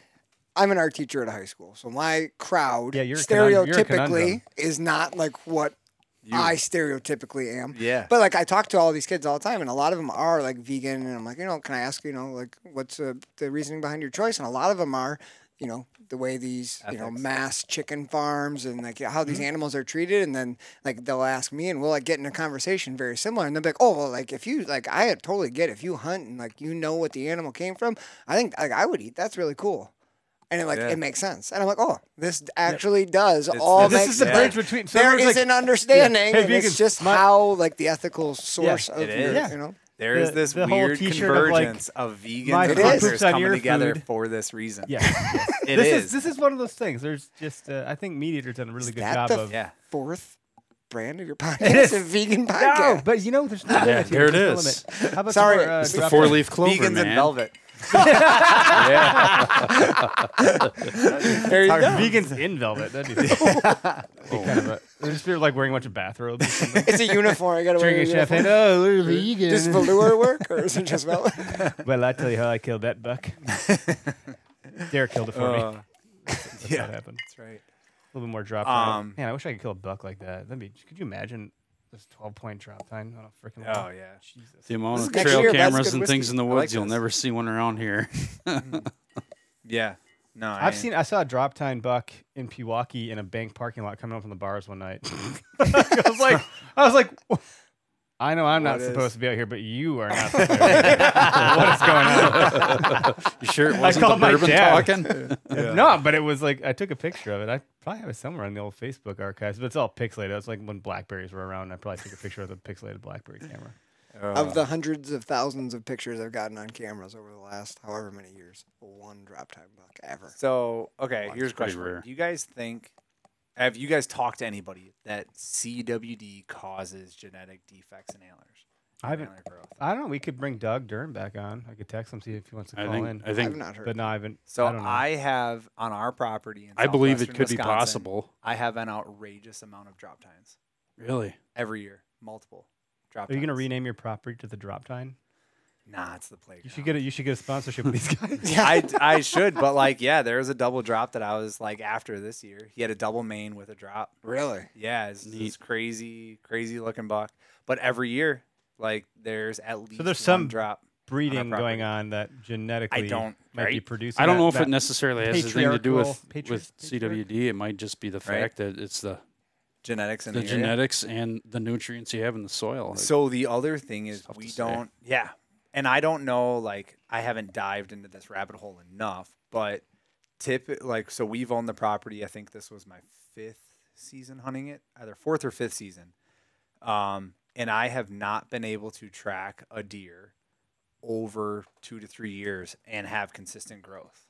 I'm an art teacher at a high school, so my crowd
Yeah, you're a conundrum- you're a
stereotypically
conundrum.
is not like what
You-
I stereotypically am.
Yeah.
But like I talk to all these kids all the time, and a lot of them are like vegan, and I'm like, you know, can I ask you know like what's uh, the reasoning behind your choice? And a lot of them are, you know, the way these you know
Ethics.
mass chicken farms and like how
Mm-hmm.
these animals are treated, and then like they'll ask me, and we'll like get in a conversation very similar, and they'll be like, oh well, like if you like I totally get if you hunt and like you know what the animal came from, I think like I would eat. That's really cool. And it, like
Yeah.
it makes sense, and I'm like, oh, this actually does all.
this
make
is the
sense.
bridge
between- so
there
everyone's
is
like,
an understanding.
Hey,
and it's
vegans,
just
my-
how like the ethical source
Yeah,
of
it
your,
is.
you know.
there is
The-
this
the whole
weird
t-shirt of, like,
convergence of,
my
vegans and
food
hunters
poops on
coming
your
together
food.
for this reason.
Yeah. yes.
it
this
is.
is. this is one of those things. There's just uh, I think meat eaters done a really good
that
job
the-
of.
yeah,
Fourth brand of your podcast, it's a vegan podcast.
No, but you know, there's no limit here.
there
There's
it
no
is.
limit. How about
Sorry.
some more, uh,
It's
The
drop-
four leaf clover,
vegans
man.
and velvet.
Sorry, Vegans in velvet. That'd be, be kind of a, they'd just be like wearing a bunch of bathrobes. or something.
it's a uniform. I gotta wear a
Drinking champagne.
uniform.
Oh, we're vegan.
Does velour work or is it just velvet?
Well, I tell you how I killed that buck. Derek killed it for
Oh,
me. Oh, That's yeah. how it happened.
That's right.
A little bit more drop.
Um,
time. Man, I wish I could kill a buck like that. That'd be. Could you imagine this twelve point drop time on a freaking?
Oh
wall?
yeah.
Jesus.
The amount of
next
trail
year, that's
cameras
good
and
whiskey.
things in the
like
woods, you'll
this.
never see one around here.
Yeah. No, I
I've
ain't-
seen. I saw a drop time buck in Pewaukee in a bank parking lot coming up from the bars one night. I was like, I was like, "Wha- I know I'm not
What is-
supposed to be out here, but you are not. supposed to be out here. what is going on?
You sure it wasn't the
called my
bourbon
dad.
talking?
No, but it was like I took a picture of it. I probably have it somewhere on the old Facebook archives, but it's all pixelated. It's like when Blackberries were around. I probably took a picture of the pixelated Blackberry camera.
of the hundreds of thousands of pictures I've gotten on cameras over the last however many years, one drop time buck ever.
So okay, here's
pretty
a question: for you.
rare.
Do you guys think? Have you guys talked to anybody that CWD causes genetic defects in antlers?
I haven't.
antler growth.
I don't know. We could bring Doug Dern back on. I could text him see if he wants to
I
call
think.
in.
I
I've
think.
not heard.
but no, I haven't.
So
I don't know.
I, have on our property. In
I believe it
southwestern
could be
Wisconsin,
possible.
I have an outrageous amount of drop times
Really?
every year, multiple drop.
Are you gonna
times.
rename your property to the Drop Time?
Nah, it's the playground.
You should get a, you should get a sponsorship with these guys.
I, I should, but like, yeah, there was a double drop that I was like after this year. He had a double main with a drop.
Really?
Yeah, it's this
Neat.
crazy, crazy looking buck. But every year, like, there's at least
there's
one
some
drop.
Breeding
property.
going on that genetically
don't-
might be
right?
producing.
I don't
that-
know if
that-
it necessarily has anything to do with
patriarchal-
with
patri- patriarch-
CWD. It might just be the
Right.
fact that it's the
Genetics in
the
the, area.
genetics and the nutrients you have in the soil.
So the other thing is
tough to
we
say.
don't. Yeah, and I don't know. Like I haven't dived into this rabbit hole enough, but tip like so we've owned the property. I think this was my fifth season hunting it, either fourth or fifth season. Um, and I have not been able to track a deer over two to three years and have consistent growth.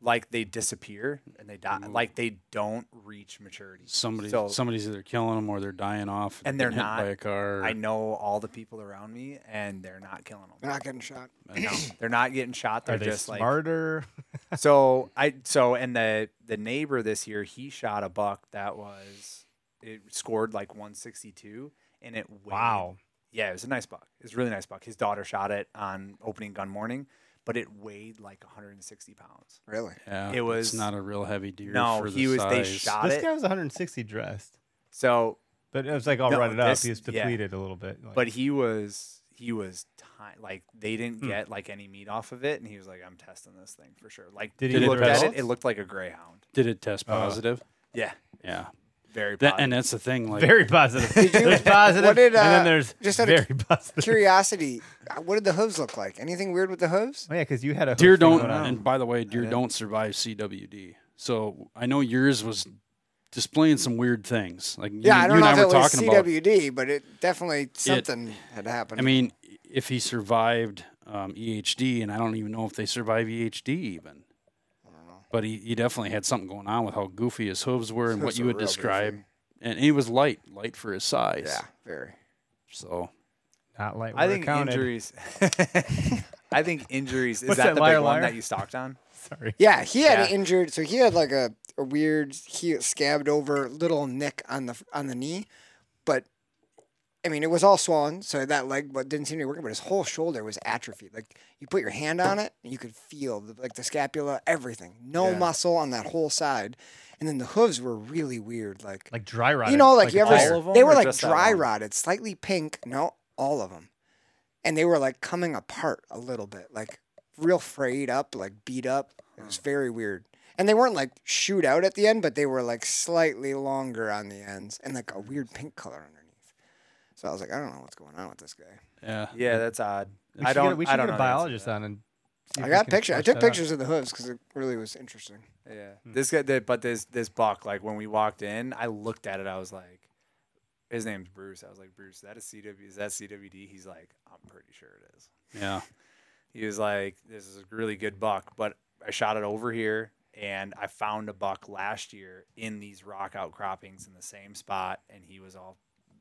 Like they disappear and they die.
Mm.
Like they don't reach maturity.
somebody
So-
somebody's either killing them or they're dying off,
And they're
getting hit
not.
by a car.
I know all the people around me, and they're not killing them.
They're not getting shot.
No, they're not getting shot. They're
Are they
just
smarter?
like so. I so and the the neighbor this year he shot a buck that was it scored like 162 and it weighed.
Wow.
Yeah, it was a nice buck. It was a really nice buck. His daughter shot it on opening gun morning, but it weighed like 160 pounds.
Really?
Yeah,
It
it's
was-
not a real heavy deer.
No,
for the
he was. They
size.
shot
this guy
it.
was 160 dressed,
So,
but it was like all
No,
run it up.
this-
He was
yeah.
depleted a little bit. Like,
but he was he was ti like they didn't
Hmm.
get like any meat off of it, and he was like, "I'm testing this thing for sure." Like,
Did
you
he
looked at
test?
it? It looked like a greyhound.
Did it test
Uh,
positive?
Yeah,
yeah.
very.
That,
positive.
and that's the thing. Like,
very positive. there's positive,
What did,
and
uh,
then there's
just
just
out of
very positive.
Curiosity. uh, What did the hooves look like? Anything weird with the hooves?
Oh, yeah, because you had a
deer
hoof thing
don't.
going on.
And by the way, deer don't survive CWD. So I know yours was displaying some weird things. Like you,
Yeah, I don't
you
know if
and I
it
were
was
talking about.
CWD, but it definitely something had happened.
I mean, if he survived um, EHD, and I don't even know if they survive EHD even. But he, he definitely had something going on with how goofy his hooves were and what
Hooves
you
are
would
real
describe.
goofy.
And he was light, light for his size.
yeah, very.
So
not like
I think
counted.
injuries. I think injuries. Is
What's that,
that, the
liar,
big one
liar?
that you stocked on?
Sorry.
Yeah, he had an
Yeah.
injured. So he had like a, a weird, he scabbed over little nick on the on the knee, but I mean it was all swollen, so that leg but didn't seem to be working. But his whole shoulder was atrophied. Like you put your hand on it, and you could feel the, like the scapula, everything, no muscle on that whole side, and then the hooves were really weird. Like,
Like dry rotted.
you know, like, you ever
a
all
tire.
of 'em
they
or
were like
just that
dry
one?
rotted, slightly pink. No, all of them, and they were like coming apart a little bit, like real frayed up, like beat up. It was very weird. And they weren't like shoot out at the end, but they were like slightly longer on the ends and like a weird pink color underneath. So I was like, I don't know what's going on with this guy.
yeah,
Yeah, that's odd.
We
I
should get-
don't.
we should
I don't
get
know
a
the answer to
biologist
that.
on and. see if
I
we
got
can
pictures. I
flush
took
that out.
pictures of the hooves because it really was interesting.
Yeah,
Hmm.
this guy. Did, but this this buck, like when we walked in, I looked at it. I was like, his name's Bruce. I was like, Bruce, is that a CW? Is that CWD? He's like, I'm pretty sure it is.
yeah.
He was like, this is a really good buck, but I shot it over here. And I found a buck last year in these rock outcroppings in the same spot, and he was all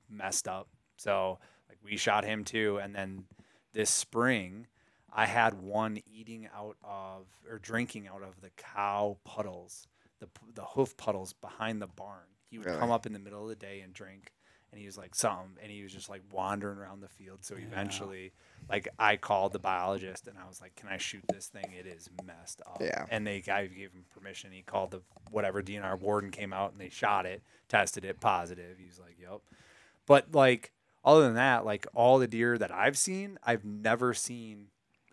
messed up. So like we shot him too, and then this spring I had one eating out of or drinking out of the cow puddles, the p- the hoof puddles behind the barn. He would
Really?
come up in the middle of the day and drink, and he was like something, and he was just like wandering around the field. So eventually, like I called the biologist and I was like, "Can I shoot this thing? It is messed up."
Yeah.
And they guy gave him permission. He called the whatever DNR warden came out and they shot it, tested it positive. He was like, "Yep." But like other than that, like all the deer that I've seen, I've never seen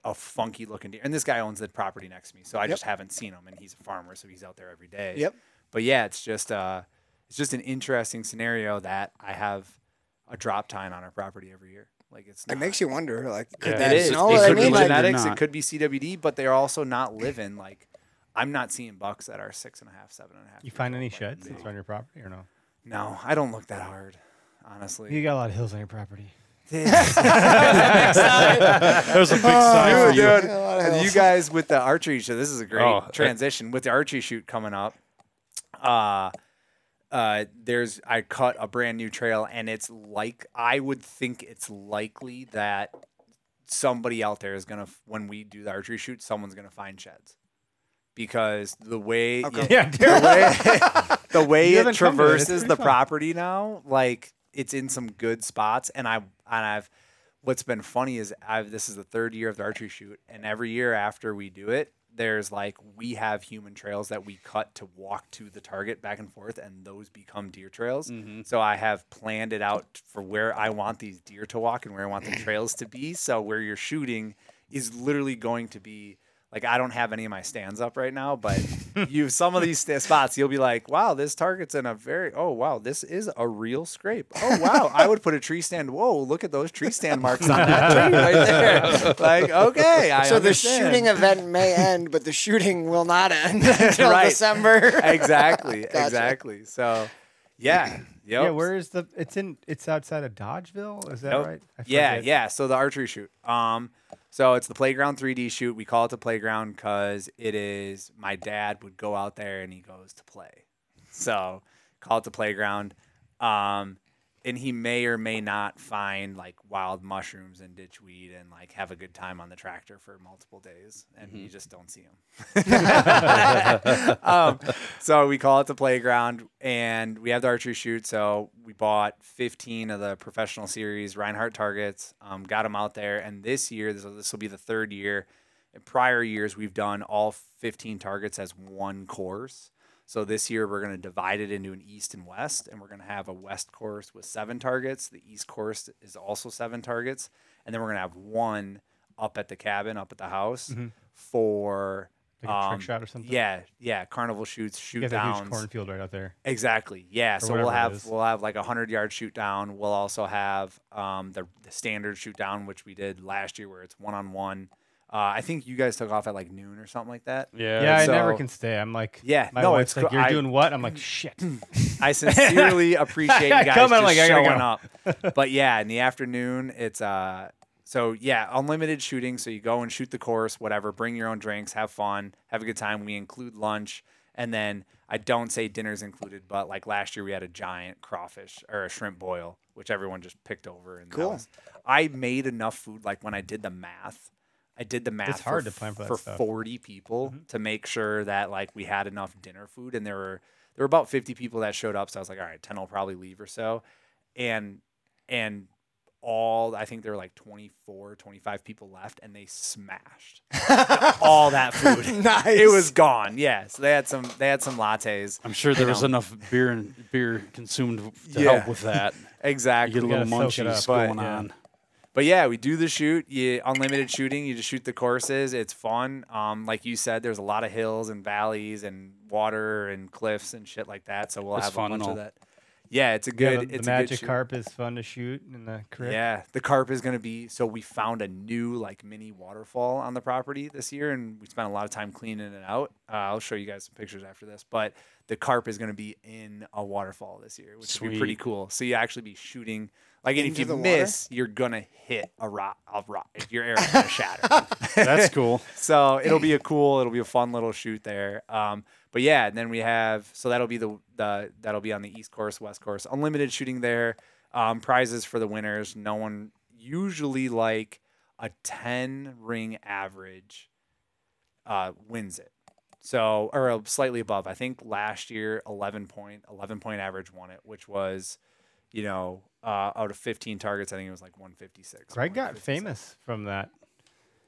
a funky looking deer. And this guy owns the property next to me, so I just haven't seen him. And he's a farmer, so he's out there every day.
Yep.
But yeah, it's just uh, it's just an interesting scenario that I have a drop time on our property every year. Like it's
It
not,
makes you wonder, like, could
Yeah,
that,
it is.
you know
It
what I
could
be
mean?
be
Like,
genetic.
genetics.
not.
It could be CWD, but they're also not living like. I'm not seeing bucks that are six and a half, seven and a half.
You
years
find
old,
any
like,
sheds that's
big.
on your property or no?
No, I don't look that hard, honestly.
You got a lot of hills on your property.
There's a big sign for
Dude,
you.
dude,
Yeah, a lot of
and you
hills.
guys with the archery show, this is a great
Oh, that-
transition with the archery shoot coming up. Uh uh, there's I cut a brand new trail, and it's like I would think it's likely that somebody out there is gonna f- when we do the archery shoot, someone's gonna find sheds because the way
Okay.
Yeah, deer.
way- the way
You
it
haven't come to it. It's
traverses
pretty
the
fun.
property now, like it's in some good spots. And I and I've what's been funny is I've this is the third year of the archery shoot, and every year after we do it, there's like we have human trails that we cut to walk to the target back and forth, and those become deer trails.
Mm-hmm.
Mm-hmm. So I have planned it out for where I want these deer to walk and where I want the trails to be. So where you're shooting is literally going to be like I don't have any of my stands up right now, but you some of these sta- spots you'll be like, wow, this target's in a very oh wow, this is a real scrape. Oh wow, I would put a tree stand. Whoa, look at those tree stand marks on that tree right there. Like okay, I
so the
understand.
shooting event may end, but the shooting will not end until
Right.
December.
exactly,
Gotcha.
exactly. So yeah, yep.
Yeah, where is the? It's in. It's outside of Dodgeville. Is that
Nope.
right? I
Yeah,
forget.
yeah. So the archery shoot. Um, so it's the playground 3D shoot. We call it the playground because it is my dad would go out there and he goes to play. So call it the playground. Um, and he may or may not find like wild mushrooms and ditchweed and like have a good time on the tractor for multiple days, and you just don't see him. um, so we call it the playground, and we have the archery shoot. So we bought 15 of the professional series Reinhardt targets, um, got them out there, and this year, this this will be the third year. In prior years, we've done all 15 targets as one course. So this year we're going to divide it into an east and west, and we're going to have a west course with seven targets. The east course is also seven targets, and then we're going to have one up at the cabin, up at the house for
Like a trick
um,
shot or something?
Yeah, yeah, carnival shoots,
You
shoot
guys have a huge
downs.
cornfield right out there.
Exactly. Yeah. So we'll
whatever it
have
is.
we'll have like a hundred yard shoot down. We'll also have um, the, the standard shoot down, which we did last year, where it's one on one. Uh, I think you guys took off at like noon or something like that.
Yeah.
Yeah, I
so-
never can stay. I'm like,
Yeah,
my
no,
wife's
it's
like,
cr-
you're
I- Hmm.
doing what? I'm like, shit.
I sincerely appreciate you
I
guys
come in,
just
I'm like, I gotta
showing up. But yeah, in the afternoon, it's uh, so yeah, unlimited shooting. So you go and shoot the course, whatever. Bring your own drinks, have fun, have a good time. We include lunch, and then I don't say dinner's included, but like last year we had a giant crawfish or a shrimp boil, which everyone just picked over. And that
Cool.
was- I made enough food. Like when I did the math. I did the math
It's hard to plan for that stuff. Mm-hmm.
40 people to make sure that like we had enough dinner food and there were there were about 50 people that showed up so i was like all right 10 will probably leave or so and and all i think there were like 24 25 people left and they smashed all that food
nice.
it was gone yeah so they had some they had some lattes
I'm sure there was
know.
enough beer and beer consumed to
Yeah.
help with that. I
exactly
get a little
gotta soak it
munchies
up. But,
going
yeah.
on.
But yeah, we do the shoot. You unlimited shooting. You just shoot the courses. It's fun. Um, like you said, there's a lot of hills and valleys and water and cliffs and shit like that. So we'll
That's
have
fun
a
and
bunch of
all.
that. Yeah, it's a
Yeah,
good.
the,
it's
the
a
magic
good shoot.
carp is fun to shoot in the crib.
Yeah, the carp is gonna be. So we found a new like mini waterfall on the property this year, and we spent a lot of time cleaning it out. Uh, I'll show you guys some pictures after this, but the carp is gonna be in a waterfall this year, which would be pretty
Sweet.
cool. So you actually be shooting. Like and if
Into
you
the water?
miss, you're gonna hit a rock. A rock. Your arrow's gonna shatter.
That's cool.
so it'll be a cool, it'll be a fun little shoot there. Um, but yeah, and then we have so that'll be the, the that'll be on the East Course, West Course, unlimited shooting there. Um, prizes for the winners. No one usually like a ten ring average uh, wins it. So or uh, slightly above. I think last year eleven point eleven point average won it, which was you know uh, out of fifteen targets, I think it was like one fifty six.
Greg got famous from that,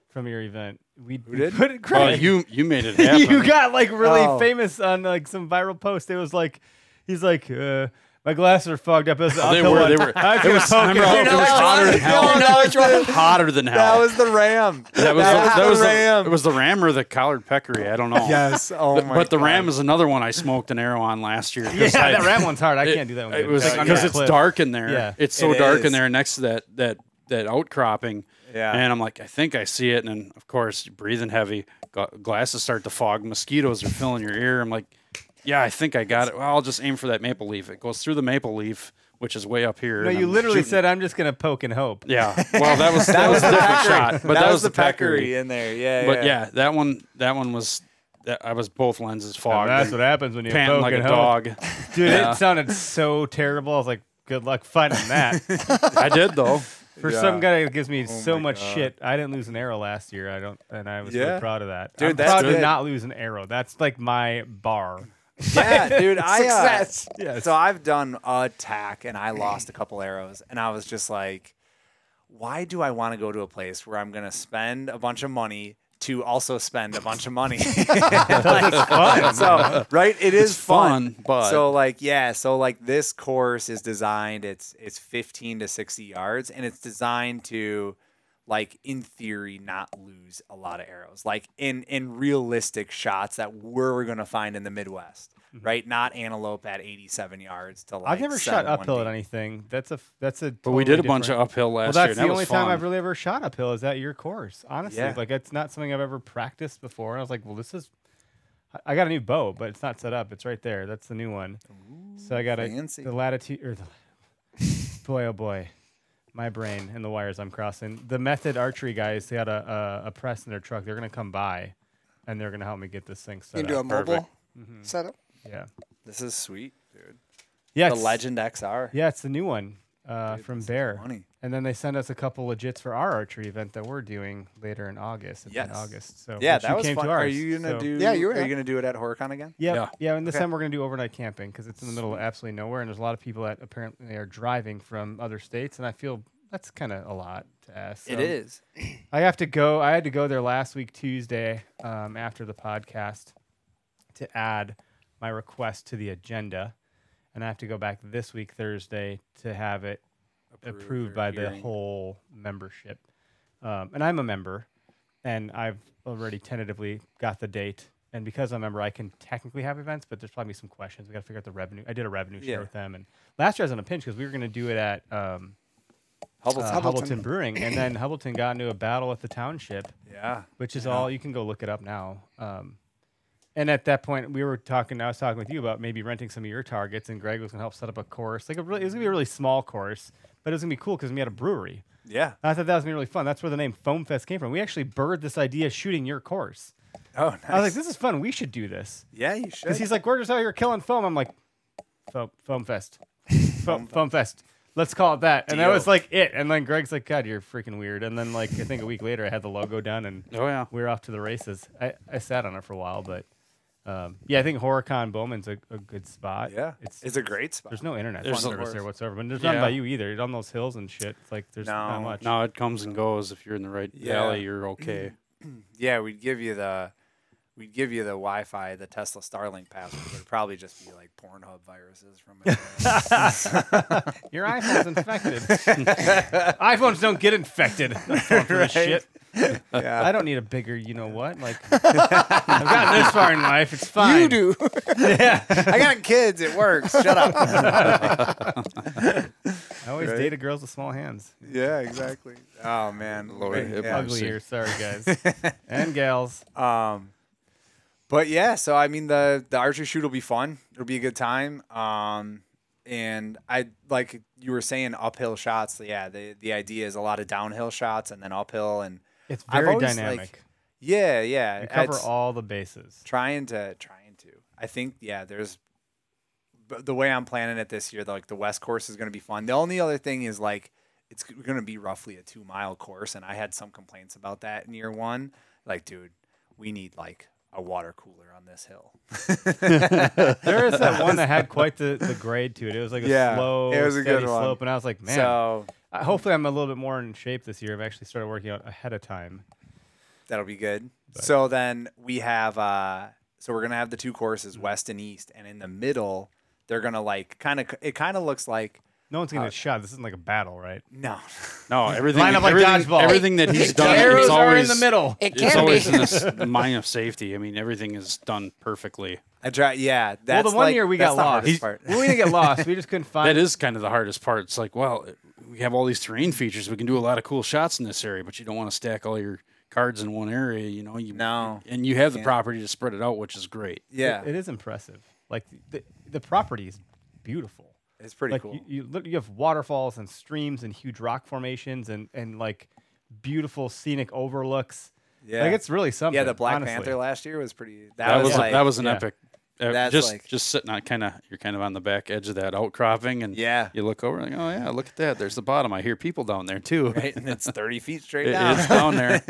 from your event. We we
did?
put it, Greg.
Well, you you made it happen.
you got like really
Oh.
famous on like some viral post. It was like, he's like, uh, my glasses are fogged up. It was, I'll
they
tell
were-
what-
they were-
I was
they
gonna
were- I
poke it.
remember-
You know,
was hotter than hell. hotter than hell.
That was the ram.
that was,
that
that was
was
the,
the ram.
It was the ram or the collared peccary. I don't know.
Yes. Oh my.
but the ram
God.
is another one I smoked an arrow on last year. 'cause
Yeah,
I-
that ram one's hard. I
it-
can't do that one.
It
good.
was
Like,
because
yeah.
it's
cliff.
dark in there.
Yeah.
It's so
It
dark
is.
in there next to that that that outcropping.
Yeah.
And I'm like, I think I see it. And then, of course, you're breathing heavy, gla- glasses start to fog, mosquitoes are filling your ear. I'm like, yeah, I think I got it. Well, I'll just aim for that maple leaf. It goes through the maple leaf, which is way up here.
No,
and
you
I'm
literally
shooting-
said, I'm just gonna poke and hope.
Yeah. Well, that was that was a different shot, but that, was the peccary.
in there. Yeah.
But yeah, that one that one was that I was both lenses fogged.
that's
and
what happens when you
Panting
poke
like a
and hope.
dog.
Dude,
Yeah.
it sounded so terrible. I was like, good luck finding that.
I did though.
For
Yeah.
some guy that gives
Oh
me so
my
much
God.
shit, I didn't lose an arrow last year. I don't, and I was
Yeah.
really proud of that.
Dude,
I'm
that's
proud
good.
to not lose an arrow. That's like my bar.
yeah, dude. I, uh,
Success.
Yes.
So I've done a tack and I lost a couple arrows, and I was just like, why do I want to go to a place where I'm gonna spend a bunch of money? To also spend a bunch of money, Like, so right, it is
It's fun, but-
so like yeah, so like this course is designed. It's it's 15 to 60 yards, and it's designed to like in theory not lose a lot of arrows like in in realistic shots that we're gonna find in the midwest right not antelope at 87 yards to like
Mm-hmm. I've never shot uphill at anything. That's a, f- that's a.
But we did a bunch of uphill
Well,
last year.
that's
and
the
that
only
was fun.
time I've really ever shot uphill is at your course. Honestly,
Yeah.
like it's not something I've ever practiced before. And I was like, well, this is. I- I got a new bow, but it's not set up. It's right there. That's the new one. so I got a
fancy.
the latitude or the, boy oh boy, my brain and the wires I'm crossing. The method archery guys, they had a, a, a press in their truck. They're gonna come by, and they're gonna help me get this thing set
You can do a
up.
mobile setup.
yeah,
this is sweet dude
yeah,
the
it's-
legend xr
Yeah, it's the new one. uh, from
that's
Bear.
money.
And then they sent us a couple legits for our archery event that we're doing later in August. It's in
Yes.
August. So
Yeah,
which
that
you
was
came
fun.
To
Are
ours,
you gonna
so-
do?
Yeah, you were
Are
at-
you gonna do it at Horicon again?
Yep,
Yeah.
yeah, And this
Okay.
time we're gonna do overnight camping because it's in the middle of absolutely nowhere, and there's a lot of people that apparently are driving from other states, and I feel that's kind of a lot to ask.
It
so-
is.
I have to go. I had to go there last week Tuesday um, after the podcast to add my request to the agenda, and I have to go back this week Thursday to have it approved, by the whole membership. Um, and I'm a member, and I've already tentatively got the date. And because I'm a member, I can technically have events, but there's probably some questions. We got to figure out the revenue. I did a revenue share
Yeah.
with them, and last year I was on a pinch because we were going to do it at. Um,
Hubbleton.
uh,
Hubbleton.
Hubbleton Brewing, and then Hubbleton got into a battle with the township,
yeah.
which is all you can go look it up now. Um, and at that point, we were talking. I was talking with you about maybe renting some of your targets, and Greg was gonna help set up a course. Like a really, it was gonna be a really small course, but it was gonna be cool because we had a brewery.
Yeah.
And I thought that was gonna be really fun. That's where the name Foam Fest came from. We actually birthed this idea shooting your course.
Oh, nice.
I was like, this is fun. We should do this.
yeah, you should.
Because he's like, we're just out here killing foam. I'm like, foam, foam fest, foam, foam fest. Let's call it that. And that
Deal.
was like it. And then Greg's like, God, you're freaking weird. And then like I think a week later, I had the logo done and
Oh yeah.
we were off to the races. I, I sat on it for a while, but um, yeah, I think Horicon Bowman's a, a good spot.
yeah,
it's,
it's, a great spot.
there's no internet
There's a-
service there whatsoever, but there's nothing
Yeah.
by you either. It's on those hills and shit. It's like there's not
No,
much.
No, it comes and goes. If you're in the right
Yeah.
alley, you're
Mm-hmm.
okay.
yeah, we'd give you the we'd give you the Wi-Fi, the Tesla Starlink password. but It'd probably just be like Pornhub viruses from it.
Your iPhone's infected. iPhones don't get infected. I'm not falling for this shit. I don't need a bigger, you know what? Like, I've gotten this far in life. It's fine.
You do.
I got kids. It works. Shut up.
I always
Right?
dated girls with small hands.
yeah, exactly. Oh man,
Lord,
Yeah.
it
Yeah.
bugs
Ugly
see.
ears. Sorry, guys. and gals.
Um, but yeah, so I mean the the archery shoot will be fun. It'll be a good time. Um, and I like you were saying uphill shots. Yeah, the the idea is a lot of downhill shots and then uphill and
It's
I've
very
always,
dynamic.
like, yeah, yeah.
you cover
it's
all the bases.
trying to trying to. I think yeah, there's but the way I'm planning it this year. Like the West course is going to be fun. The only other thing is like it's going to be roughly a two mile course, and I had some complaints about that in year one. Like, dude, we need like a water cooler on this hill.
There is that one that had quite the, the grade to it. It was like a
Yeah,
slow,
it was a
steady
good one.
slope, and I was like, man.
So
I- hopefully, I'm a little bit more in shape this year. I've actually started working out ahead of time.
That'll be good. So then we have uh so we're gonna have the two courses, west and east, and in the middle they're gonna like kind of it kind of looks like
No one's gonna
Uh,
get shot. This isn't like a battle, right?
no
No, everything.
Line up like
everything,
dodgeball.
Everything that he's done,
Arrows
it's
are in
always
the middle.
It
It's
can be.
always in this line of safety. I mean, everything is done perfectly.
I try yeah that's
well, the one
like-
year we got
that's the
lost.
hardest
He's-
part.
well, we didn't get lost. We just couldn't find.
That is kind of the hardest part. It's like, well, it- we have all these terrain features. We can do a lot of cool shots in this area, but you don't want to stack all your cards in one area. You know, you
No.
and you have the property to spread it out, which is great.
yeah
It is impressive. Like the, the property is beautiful.
it's pretty
like
cool
you, you, lit- you have waterfalls and streams and huge rock formations and and like beautiful scenic overlooks.
yeah
Like it's really something.
yeah the Black
honestly.
Panther last year was pretty that,
That
was,
was a-
like
that was an
yeah.
epic. uh,
That's
just
like-
just sitting on kind of you're kind of on the back edge of that outcropping, and
Yeah.
you look over and like, oh yeah, look at that. There's the bottom. I hear people down there too.
right and it's thirty feet straight
It-
down
it's down there.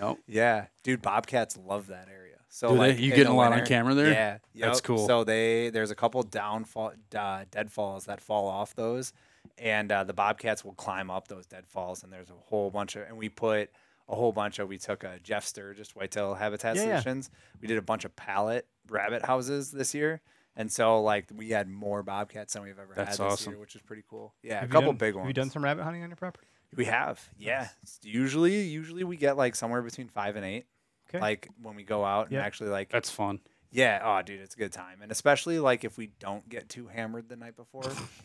Yep.
Yeah, dude, Bobcats love that area. So
Do they?
like,
You
in
getting
the
a lot on
winter-
camera there?
Yeah,
That's
yep.
cool.
So they there's a couple downfall uh, deadfalls that fall off those, and uh, the Bobcats will climb up those deadfalls, and there's a whole bunch of and we put a whole bunch of we took a Jeff Sturgis whitetail habitat
Yeah, yeah.
solutions. We did a bunch of pallet rabbit houses this year. And so, like, we had more bobcats than we've ever
That's
had this
awesome.
year, which is pretty cool. Yeah,
Have
a
you
couple
done-
big ones.
Have you done some rabbit hunting on your property?
We have, yeah. It's Usually, usually we get like somewhere between five and eight.
'Kay.
Like when we go out and
Yeah.
actually like,
That's fun.
yeah, oh dude, it's a good time, and especially like if we don't get too hammered the night before,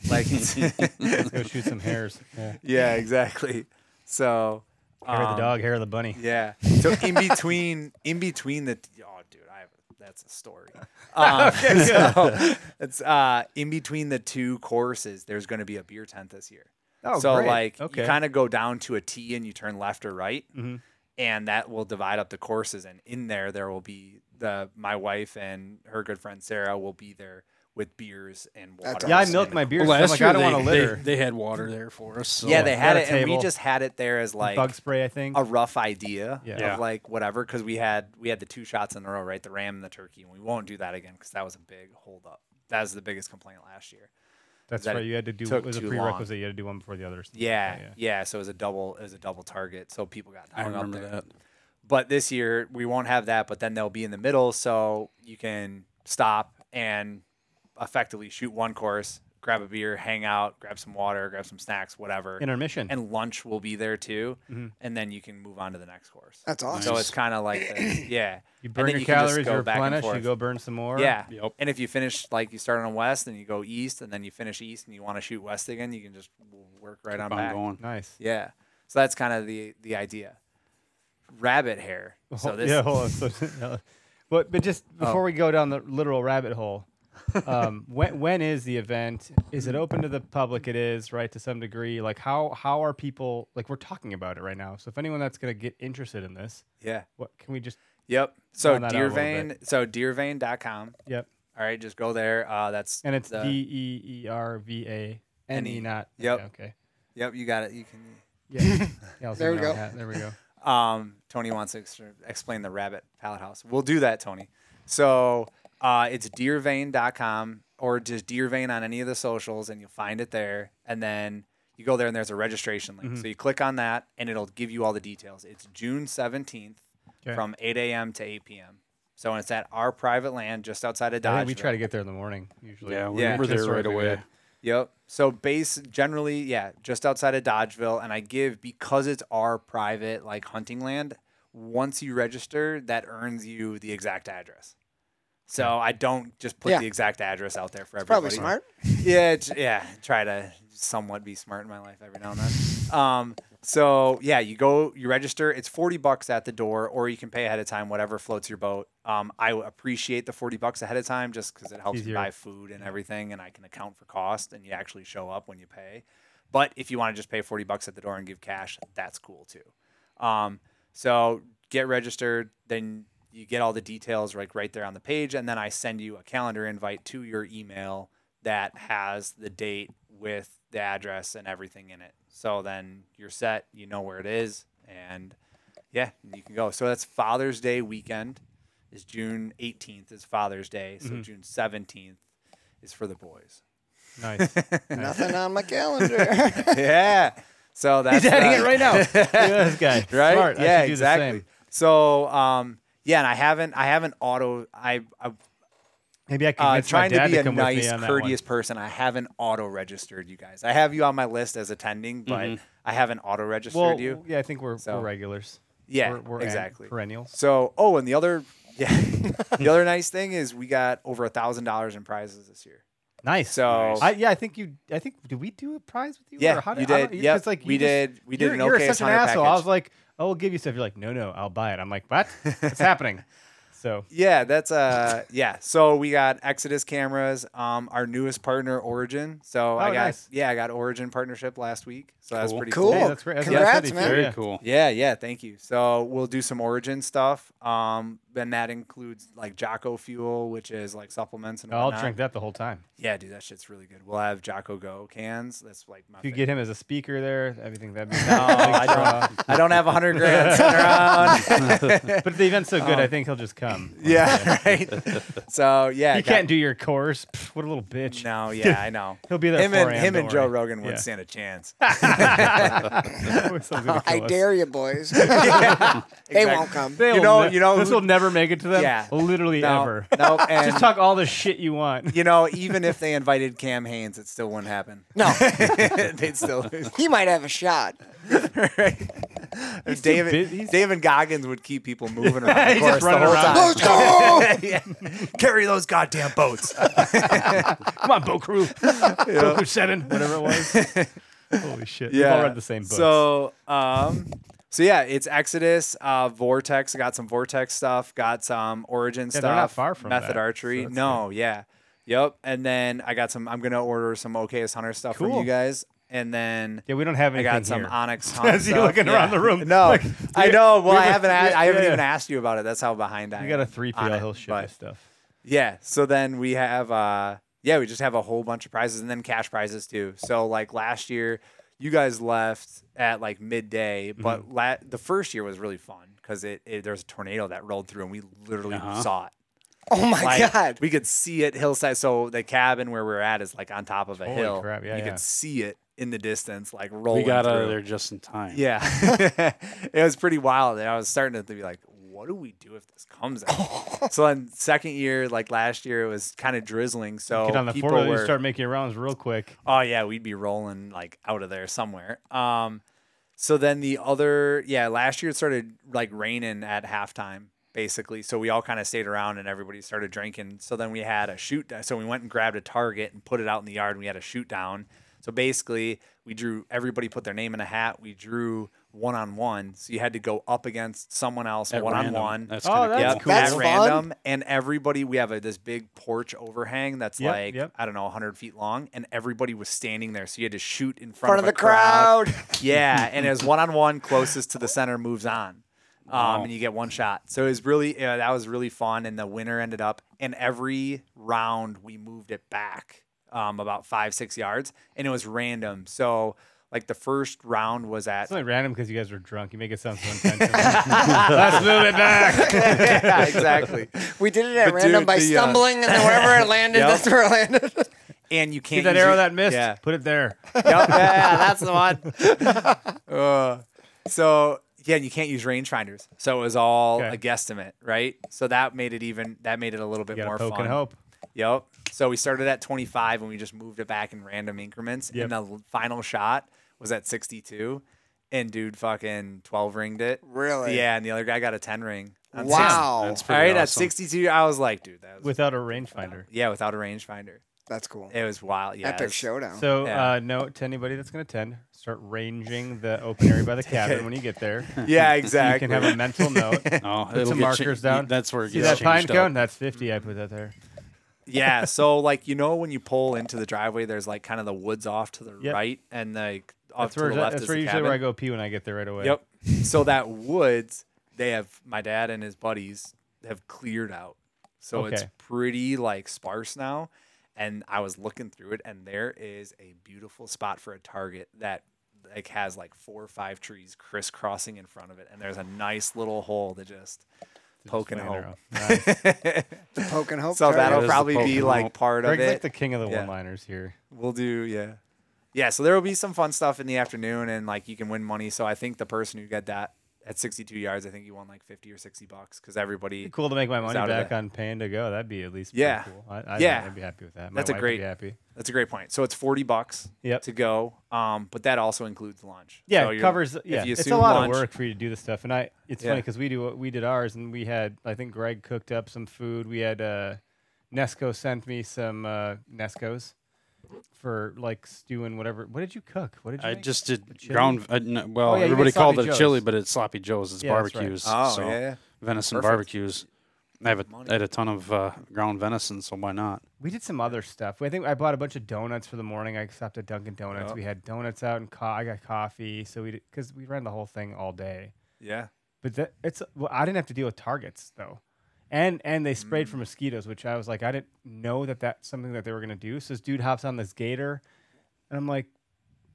like, it's-
Let's go shoot some hares. Yeah.
yeah, exactly. So,
Hair of
um,
the dog, hair of the bunny.
Yeah. So in between, in between the, oh dude, I have, that's a story. Um, so it's uh, in between the two courses. There's going to be a beer tent this year.
Oh,
so
great.
like
Okay.
you kind of go down to a T and you turn left or right,
Mhm.
and that will divide up the courses. And in there, there will be the my wife and her good friend Sarah will be there with beers and
That's
water.
Yeah, I
Awesome.
milk my beer.
Well,
I'm
last
like,
year
I don't
they,
want to litter.
They, they had water there for us. So
yeah, they had
got a
it, and we
table.
just had it there as like
Bug spray, I think.
a rough idea
Yeah.
Yeah.
of like whatever because we had we had the two shots in a row, right? The ram and the turkey, and we won't do that again because that was a big holdup. That was the biggest complaint last year.
That's
that
right.
it
You had to do
took
it was a
too long.
prerequisite. You had to do one before the others.
Yeah,
Yeah,
yeah, So it was a double. It was a double target. So people got
I
hung up
remember
there.
that.
But this year we won't have that. But then they'll be in the middle, so you can stop and effectively shoot one course, grab a beer, hang out, grab some water, grab some snacks, whatever.
Intermission.
and lunch will be there too,
Mm-hmm.
and then you can move on to the next course.
That's awesome.
So it's kind of like, the, yeah,
you
And
burn
then
your
can just
calories,
go
you
back and
replenish, you
forth.
go burn some more.
Yeah,
Yep.
and if you finish like you start on west and you go east, and then you finish east and you want to shoot west again, you can just w- work right on
I'm
back.
going.
Nice.
Yeah, so that's kind of the the idea. Rabbit hair. So this,
Oh,
Oh.
yeah, hold on. So, no. but but just before we go down the literal rabbit hole, um, when when is the event? Is it open to the public? It is right to some degree. Like how how are people like we're talking about it right now? So if anyone that's gonna get interested in this,
yeah,
what can we just
yep. So
Round that out a
deer
little
vein. So deervein.com.
yep?
All right, just go there. Uh, that's
And it's D
the-
E E R V A N
N E.
E, not
Yep.
Okay.
Yep, you got it. You can.
Yeah. yeah I was
There we
thinking about that.
go.
There we go.
Um, Tony wants to ex- explain the rabbit pallet house. We'll do that, Tony. So uh, it's deervein.com or just deervein on any of the socials, and you'll find it there. And then you go there, and there's a registration link.
Mm-hmm.
So you click on that, and it'll give you all the details. It's June 17th
Okay.
from 8 a.m. to 8 p.m. So it's at our private land just outside of
I think
Dodge.
we try to get there in the morning usually.
Yeah, we
Yeah.
were there
That's
right
right, we
away.
did.
Yep. So base generally, yeah, just outside of Dodgeville, and I give because it's our private like hunting land. Once you register, that earns you the exact address. So I don't just put
Yeah.
the exact address out there for everybody.
Probably smart.
Yeah, it's, yeah. Try to somewhat be smart in my life every now and then. Um, so yeah, you go, you register. It's forty bucks at the door, or you can pay ahead of time, whatever floats your boat. Um, I appreciate the forty bucks ahead of time just because it helps
Easier.
you buy food and everything, and I can account for cost, and you actually show up when you pay. But if you want to just pay forty bucks at the door and give cash, that's cool too. Um, so get registered, then you get all the details like right there on the page, and then I send you a calendar invite to your email that has the date with the address and everything in it. So then you're set, you know where it is, and yeah, you can go. So that's Father's Day weekend is June 18th is Father's Day,
Mm-hmm.
so June 17th is for the boys.
Nice.
Nothing on my calendar.
yeah. So that's uh,
adding
the-
it right now. Look at this guy.
right?
Smart. I
Yeah,
should do the
exactly.
same.
So, um, yeah, and I haven't, I haven't auto, I, I
Maybe I can
uh,
convince my
trying to
dad
be a
come with me
nice,
on that
courteous person. I haven't auto registered you guys. I have you on my list as attending, but I haven't auto registered
one. Mm-hmm. Well,
you.
yeah, I think we're,
So-
we're regulars.
Yeah,
we're, we're an-
exactly.
perennials.
So, oh, and the other, yeah, the other nice thing is we got over a thousand dollars in prizes this year.
Nice.
So-
I, yeah, I think you. I think did we do a prize with you?
Yeah,
or how did,
you
I
did.
don't- 'cause,
Yep,
like,
we
you just-
did- we did
you're-
an
You're
OK's
such an
Hunter
asshole. I
package.
was like, I will give you stuff. You're like, no, no, I'll buy it. I'm like, what? It's happening. So
Yeah, that's uh yeah. So we got Exodus cameras, um, our newest partner Origin. So I
Oh,
got
nice.
yeah, I got Origin partnership last week. So that's
Cool.
pretty
Cool.
Hey, that's great. That's
Congrats,
what I said to you.
man.
Very
Yeah.
cool.
Yeah, yeah, thank you. So we'll do some origin stuff. Um, then that includes like Jocko Fuel, which is like supplements and
I'll
whatnot.
drink that the whole time.
Yeah, dude, that shit's really good. We'll have Jocko Go cans. That's like my.
If you
favorite.
get him as a speaker there, everything that'd be.
No, I don't. I don't have a hundred grand sitting around.
But if the event's so
Um,
good, I think he'll just come.
yeah, right. So yeah,
You
got-
can't do your course. Pff, what a little bitch.
No, yeah, I know.
He'll be there
Him
at
and
4 a.m.,
him
don't
and Joe
worry.
Rogan wouldn't
Yeah.
stand a chance.
Someone's gonna
I
kill us.
dare you, boys. They
Exactly.
won't come.
They
You
will
know-
ne-
you know
this
who-
will never make it to them.
Yeah.
literally
No,
ever.
no, and
Just talk all the shit you want.
you know, even if they invited Cam Haynes, it still wouldn't happen.
No,
They'd still lose.
he might have a shot.
If
too
David
busy. He's-
David Goggins would keep people moving around the
He's just
course the
running
whole
around.
time.
Let's go!
Yeah. Carry those goddamn boats.
Come on, Bo Crew. Bo Crew 7, whatever it was. Holy shit. We've all read the same books.
So, um, so yeah, it's Exodus, uh, Vortex. Got some Vortex stuff. Got some Origin
Yeah,
stuff.
they're not far from
Method
that,
Archery.
so that's
no, yeah, yep. And then I got some. I'm gonna order some OKS Hunter stuff from
Cool.
you guys. And then
yeah, we don't have
I
anything
got some
here.
Onyx Hunt.
As you
stuff.
looking around the room.
No,
Like,
I
we-
know.
we
Well, I
were-
haven't. a-
yeah,
I haven't
yeah.
even asked you about it. That's how behind I.
We
am
got a 3PL.
on it,
He'll ship
but-
us stuff.
yeah. So then we have uh yeah, we just have a whole bunch of prizes and then cash prizes too. So like last year, you guys left at like midday,
Mm-hmm.
but la- the first year was really fun because it, it there was a tornado that rolled through and we literally
Uh-huh.
saw it.
Oh my
Like,
god!
we could see it hillside. So the cabin where we're at is like on top of a
Holy
hill.
crap, yeah,
you
yeah.
could see it in the distance, like rolling.
We got out of
through.
there just in time.
Yeah, it was pretty wild. And I was starting to be like, what do we do if this comes out? so then second year, like last year, it was kind of drizzling. So
Get on the
people
four wheeler, you
were,
start making your rounds real quick.
oh yeah, we'd be rolling like out of there somewhere. Um, so then the other, yeah, last year it started like raining at halftime basically. So we all kind of stayed around and everybody started drinking. So then we had a shoot. So we went and grabbed a target and put it out in the yard and we had a shoot down. So basically we drew, everybody put their name in a hat. We drew one on one. So you had to go up against someone else
At
one on
random.
one.
That's
Oh,
kind of
that's
cool.
Yeah,
Yep.
That's
at
fun.
random, and everybody. We have a, this big porch overhang that's
Yep,
like
yep.
I don't know, 100 feet long, and everybody was standing there, so you had to shoot in
front
front,
of the
a crowd.
crowd.
yeah, and it was one on one, closest to the center moves on, um,
Wow.
and you get one shot. So it was really uh, that was really fun, and the winner ended up. And every round we moved it back um, about five six yards, and it was random. So like the first round was at
It's only random because you guys were drunk. You make it sound so intentional. Let's move it back.
yeah exactly,
We did it at
But
random
dude,
by
the, uh,
stumbling, and then wherever it landed,
Yep.
that's where it landed.
and you can't
See that
use
arrow
your-
that missed?
Yeah.
Put it there.
yep, yeah, yeah, that's the one. Uh, so yeah, and you can't use rangefinders, so it was all
Okay.
a guesstimate, right? So that made it even that made it a little bit
You gotta
more
poke
fun.
and hope.
Yep. So we started at 25 and we just moved it back in random increments,
Yep.
and the l- final shot was at 62, and dude fucking 12 ringed it.
Really?
Yeah, and the other guy got a 10 ring. on six-
Wow.
That's
All
pretty
right, at
awesome.
62, I was like, dude, that was
Without a rangefinder.
yeah, without a rangefinder,
That's cool.
it was wild. Yeah, it
Epic
was-
showdown.
So,
Yeah.
uh, note to anybody that's going to attend, start ranging the open area by the cabin when you get there.
Yeah,
You
exactly.
can have a mental note.
No,
Put
Oh,
some
it'll get cha-
markers down.
That's where it
See
gets
that pine
changed
cone?
up.
That's 50. I put that there.
Yeah, so like you know when you pull into the driveway, there's like kind of the woods off to the
Yep.
right and like off
That's
to the
where,
left
that's
is
where
the
usually
cabin.
where I go pee when I get there right away.
Yep. So that woods, they have my dad and his buddies have cleared out. So it's
Okay.
pretty like sparse now. And I was looking through it, and there is a beautiful spot for a target that like has like four or five trees crisscrossing in front of it, and there's a nice little hole to just poke and
Swing an
hope.
arrow. Nice.
The poke and hope.
So
target.
It
that'll
is the
probably be
Pokemon.
like part of
Greg's
it.
like the king of the
Yeah.
one-liners here.
We'll do, yeah. Yeah, so there will be some fun stuff in the afternoon and like you can win money. So I think the person who got that at 62 yards, I think you won like 50 or 60 bucks because everybody,
It'd be cool to make my money
out of
back
that.
on paying to go. That'd be at least
Yeah.
pretty cool. I, I,
Yeah.
I'd be happy with that. My
That's a
wife would
great-
be happy.
that's a great point. So it's 40 bucks
Yep.
to go. Um, but that also includes lunch.
Yeah,
So
it
you're-
covers.
if
Yeah,
you
it's a
assume
lot
lunch-
of work for you to do this stuff, and I. It's
Yeah.
funny because we do we did ours, and we had I think Greg cooked up some food. We had uh, Nesco sent me some uh, Nescos for like stew and whatever. What did you cook? What did you?
I
make?
just did
chili?
ground. Uh, n- well,
Oh, yeah, you
everybody
make
called
sloppy
it chili,
joes.
but it's sloppy joes. It's
Yeah, that's right.
barbecues.
Oh,
so
yeah. yeah.
venison
Perfect.
barbecues. I have a,
Money.
I had a ton of uh, ground venison, so why not?
we did some other stuff. I think I bought a bunch of donuts for the morning. I stopped at Dunkin' Donuts.
Yep.
We had donuts out, and co- I got coffee. So we because we ran the whole thing all day.
Yeah.
But that it's well, I didn't have to deal with targets though, and and they sprayed for mosquitoes, which I was like, I didn't know that that's something that they were gonna do. So this dude hops on this gator, and I'm like,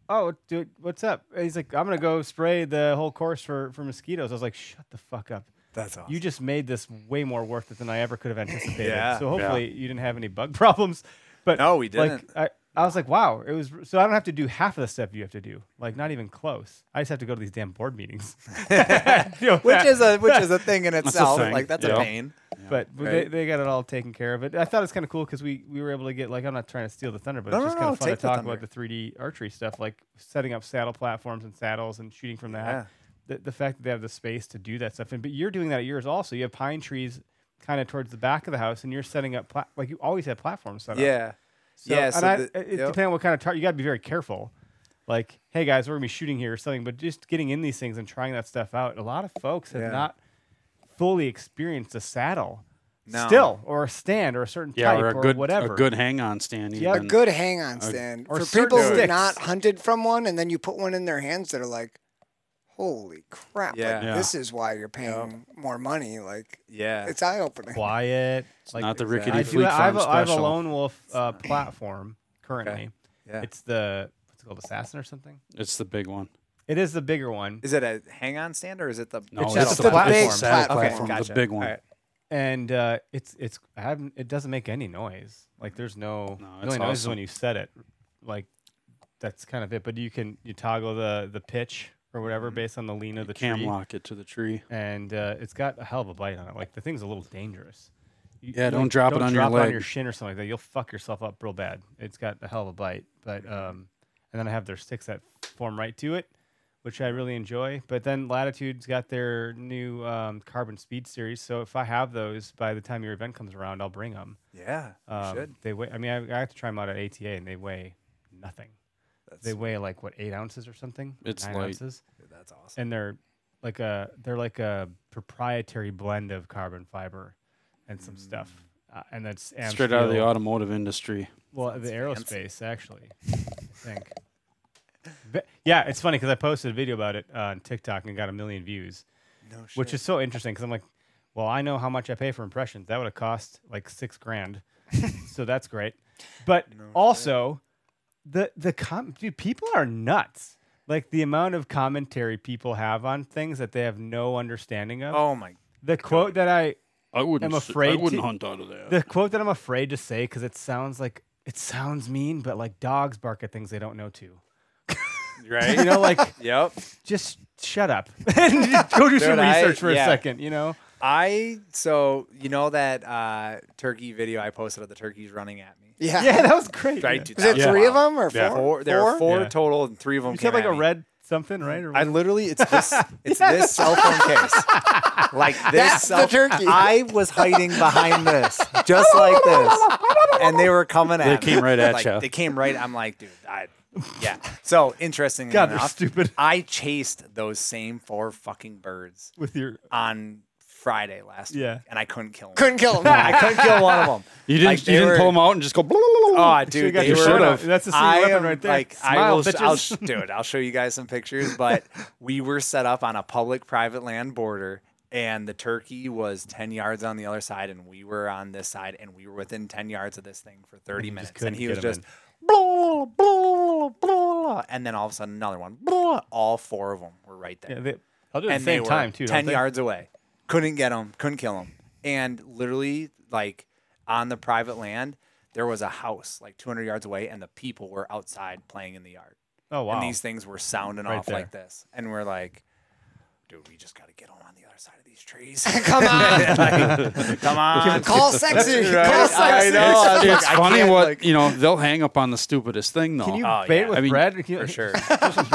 oh, dude, what's up? And he's like, I'm gonna go spray the whole course for for mosquitoes. I was like, shut the fuck up.
That's awesome.
You just made this way more worth it than I ever could have anticipated.
Yeah.
So hopefully you didn't have any bug problems. But
No, we didn't.
Like, I, I was like, wow, it was so I don't have to do half of the stuff you have to do. Like not even close. I just have to go to these damn board meetings.
which is a which is a thing in itself.
thing.
Like that's
Yeah.
a pain.
but but
Right.
they, they got it all taken care of. It. I thought it was kind of cool because we, we were able to get like I'm not trying to steal the thunder, but
No,
it's
no,
just
no,
kind of fun to
take the
talk
thunder.
about the 3D archery stuff, like setting up saddle platforms and saddles and shooting from that.
Yeah.
The, the fact that they have the space to do that stuff, and but you're doing that at yours also. You have pine trees kind of towards the back of the house, and you're setting up pla- like you always have platforms set up.
Yeah.
So,
yeah.
and
So
I,
the-
it, it
yep.
depending on what kind of target, you got to be very careful. Like, hey guys, we're gonna be shooting here or something, but just getting in these things and trying that stuff out. A lot of folks have
Yeah.
not fully experienced a saddle,
No.
still, or a stand, or a certain
Yeah,
type,
or
or,
a good
whatever.
a good hang on stand.
Yeah,
Yeah,
a
a good hang on stand
or
for
certain
people who've
sticks.
not hunted from one, and then you put one in their hands that are like, holy crap!
Yeah.
Like,
Yeah.
this is why you're paying more money. Like,
Yeah.
it's eye opening.
Quiet. It's
not the rickety
I
Fleet
do. I have,
Farm
a, I have a
special.
lone wolf uh, platform currently.
yeah.
It's the what's it called, assassin or something.
It's the big one.
It is the bigger one,
Is it a hang on stand or is it the
No,
It's
it's
just
the
the
platform.
big
It's the saddle
platform.
platform,
Gotcha.
the big one.
All right.
and uh, it's it's I haven't, it doesn't make any noise. Like there's no
No,
the only noise
it's
is
awesome.
when you set it. Like that's kind of it. But you can you toggle the the pitch or whatever based on the lean of Mm-hmm. the
Cam
tree.
lock it to the tree.
and uh, it's got a hell of a bite on it. Like the thing's a little dangerous. You-
Yeah,
you
don't drop it on your
drop on your
leg.
shin or something like that. You'll fuck yourself up real bad. It's got a hell of a bite. But um, and then I have their sticks that form right to it, which I really enjoy. But then Latitude's got their new um, Carbon Speed series. So if I have those by the time your event comes around, I'll bring them.
Yeah. you
Um,
should.
They weigh. I mean, I, I have to try them out at ATA, and they weigh nothing.
That's,
They weigh like what eight ounces or something.
It's
nine
light.
ounces
that's awesome.
and they're like a they're like a proprietary blend of carbon fiber and some stuff,
Mm.
uh, and that's Am
Straight out of the
Steel-
automotive industry.
well the
Sounds fancy.
aerospace actually, I think. Ve- yeah, it's funny because I posted a video about it uh, on TikTok and got a million views,
No shit.
which is so interesting because I'm like, well, I know how much I pay for impressions. That would have cost like six grand, so that's great. But also, the the com- dude, people are nuts. Like the amount of commentary people have on things that they have no understanding of.
oh my.
The quote that I
I wouldn't.
I'm
s-
afraid
I wouldn't
to-
hunt out of that.
the quote that I'm afraid to say because it sounds like it sounds mean, but like dogs bark at things they don't know too.
Right.
You know, like
Yep.
just shut up and just go do some
Dude, I-
research for
yeah.
a second. You know,
I so you know that uh, turkey video I posted of the turkeys running at me.
Yeah.
yeah, that was great.
Right,
Yeah.
dude,
Was it
that
three of them or four?
Yeah.
Four, there are four
Yeah.
total, and three of them.
You
came
said like
at
a
me.
red something, right? Or
I
what?
literally, it's this, it's this cell phone case, like this.
That's the
cell-
turkey.
I was hiding behind this, just like this, and they were coming at.
They came
me.
right at
Like,
ya.
They came right. I'm like, dude, I, yeah. So interesting.
God, they're
enough,
stupid.
I chased those same four fucking birds
with your
on Friday last
Yeah.
week, and I couldn't kill them.
Couldn't kill him.
I couldn't kill one of them.
you didn't.
Like,
you
they
didn't
were-
pull them out and just go.
Oh,
should've
dude,
got
they
your
were-
shirt off. That's a secret
I
weapon
am,
right there.
Like, I
Smile,
will, I'll,
bitches.
dude, I'll show you guys some pictures. But we were set up on a public-private land border, and the turkey was ten yards on the other side, and we were on this side, and we were within ten yards of this thing for thirty
you just
minutes, and
couldn't
he
get
was
him
just. Blah, blah, blah, and then all of a sudden, another one. Blah, all four of them were right there
yeah, they, I'll do it at
and
the
they
same
were
time too. don't
10
they?
yards away. Couldn't get them, couldn't kill them. And literally, like on the private land, there was a house like 200 yards away, and the people were outside playing in the yard.
Oh wow.
And these things were sounding
Right
off like this. And we're like, dude, we just got to get them on the other side of these trees.
Come on.
Like, come on.
Call sexy.
right.
Call
I
sexy.
know. I
It's,
was like,
it's
I
funny
can't,
what
like-
you know. They'll hang up on the stupidest thing though.
Can you
Oh,
bait
yeah.
with
I mean,
bread?
For sure.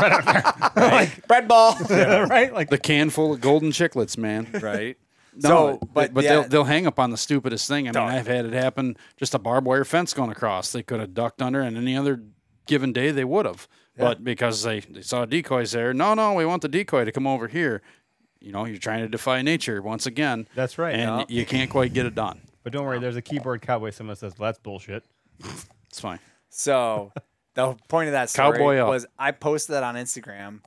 Bread ball.
right? Like
the can full of golden chiclets, man.
Right.
No,
So,
but
but
but
yeah.
they'll they'll hang up on the stupidest thing. I mean,
Dog.
I've had it happen. Just a barbed wire fence going across. They could have ducked under, and any other given day they would have. But because they, they saw decoys there, no, no, we want the decoy to come over here. You know, you're trying to defy nature once again.
That's right.
and
Yeah.
you can't quite get it done.
But don't worry, there's a keyboard cowboy. Someone says well, that's bullshit.
It's fine.
So the point of that story
Cowboy up.
was I posted that on Instagram,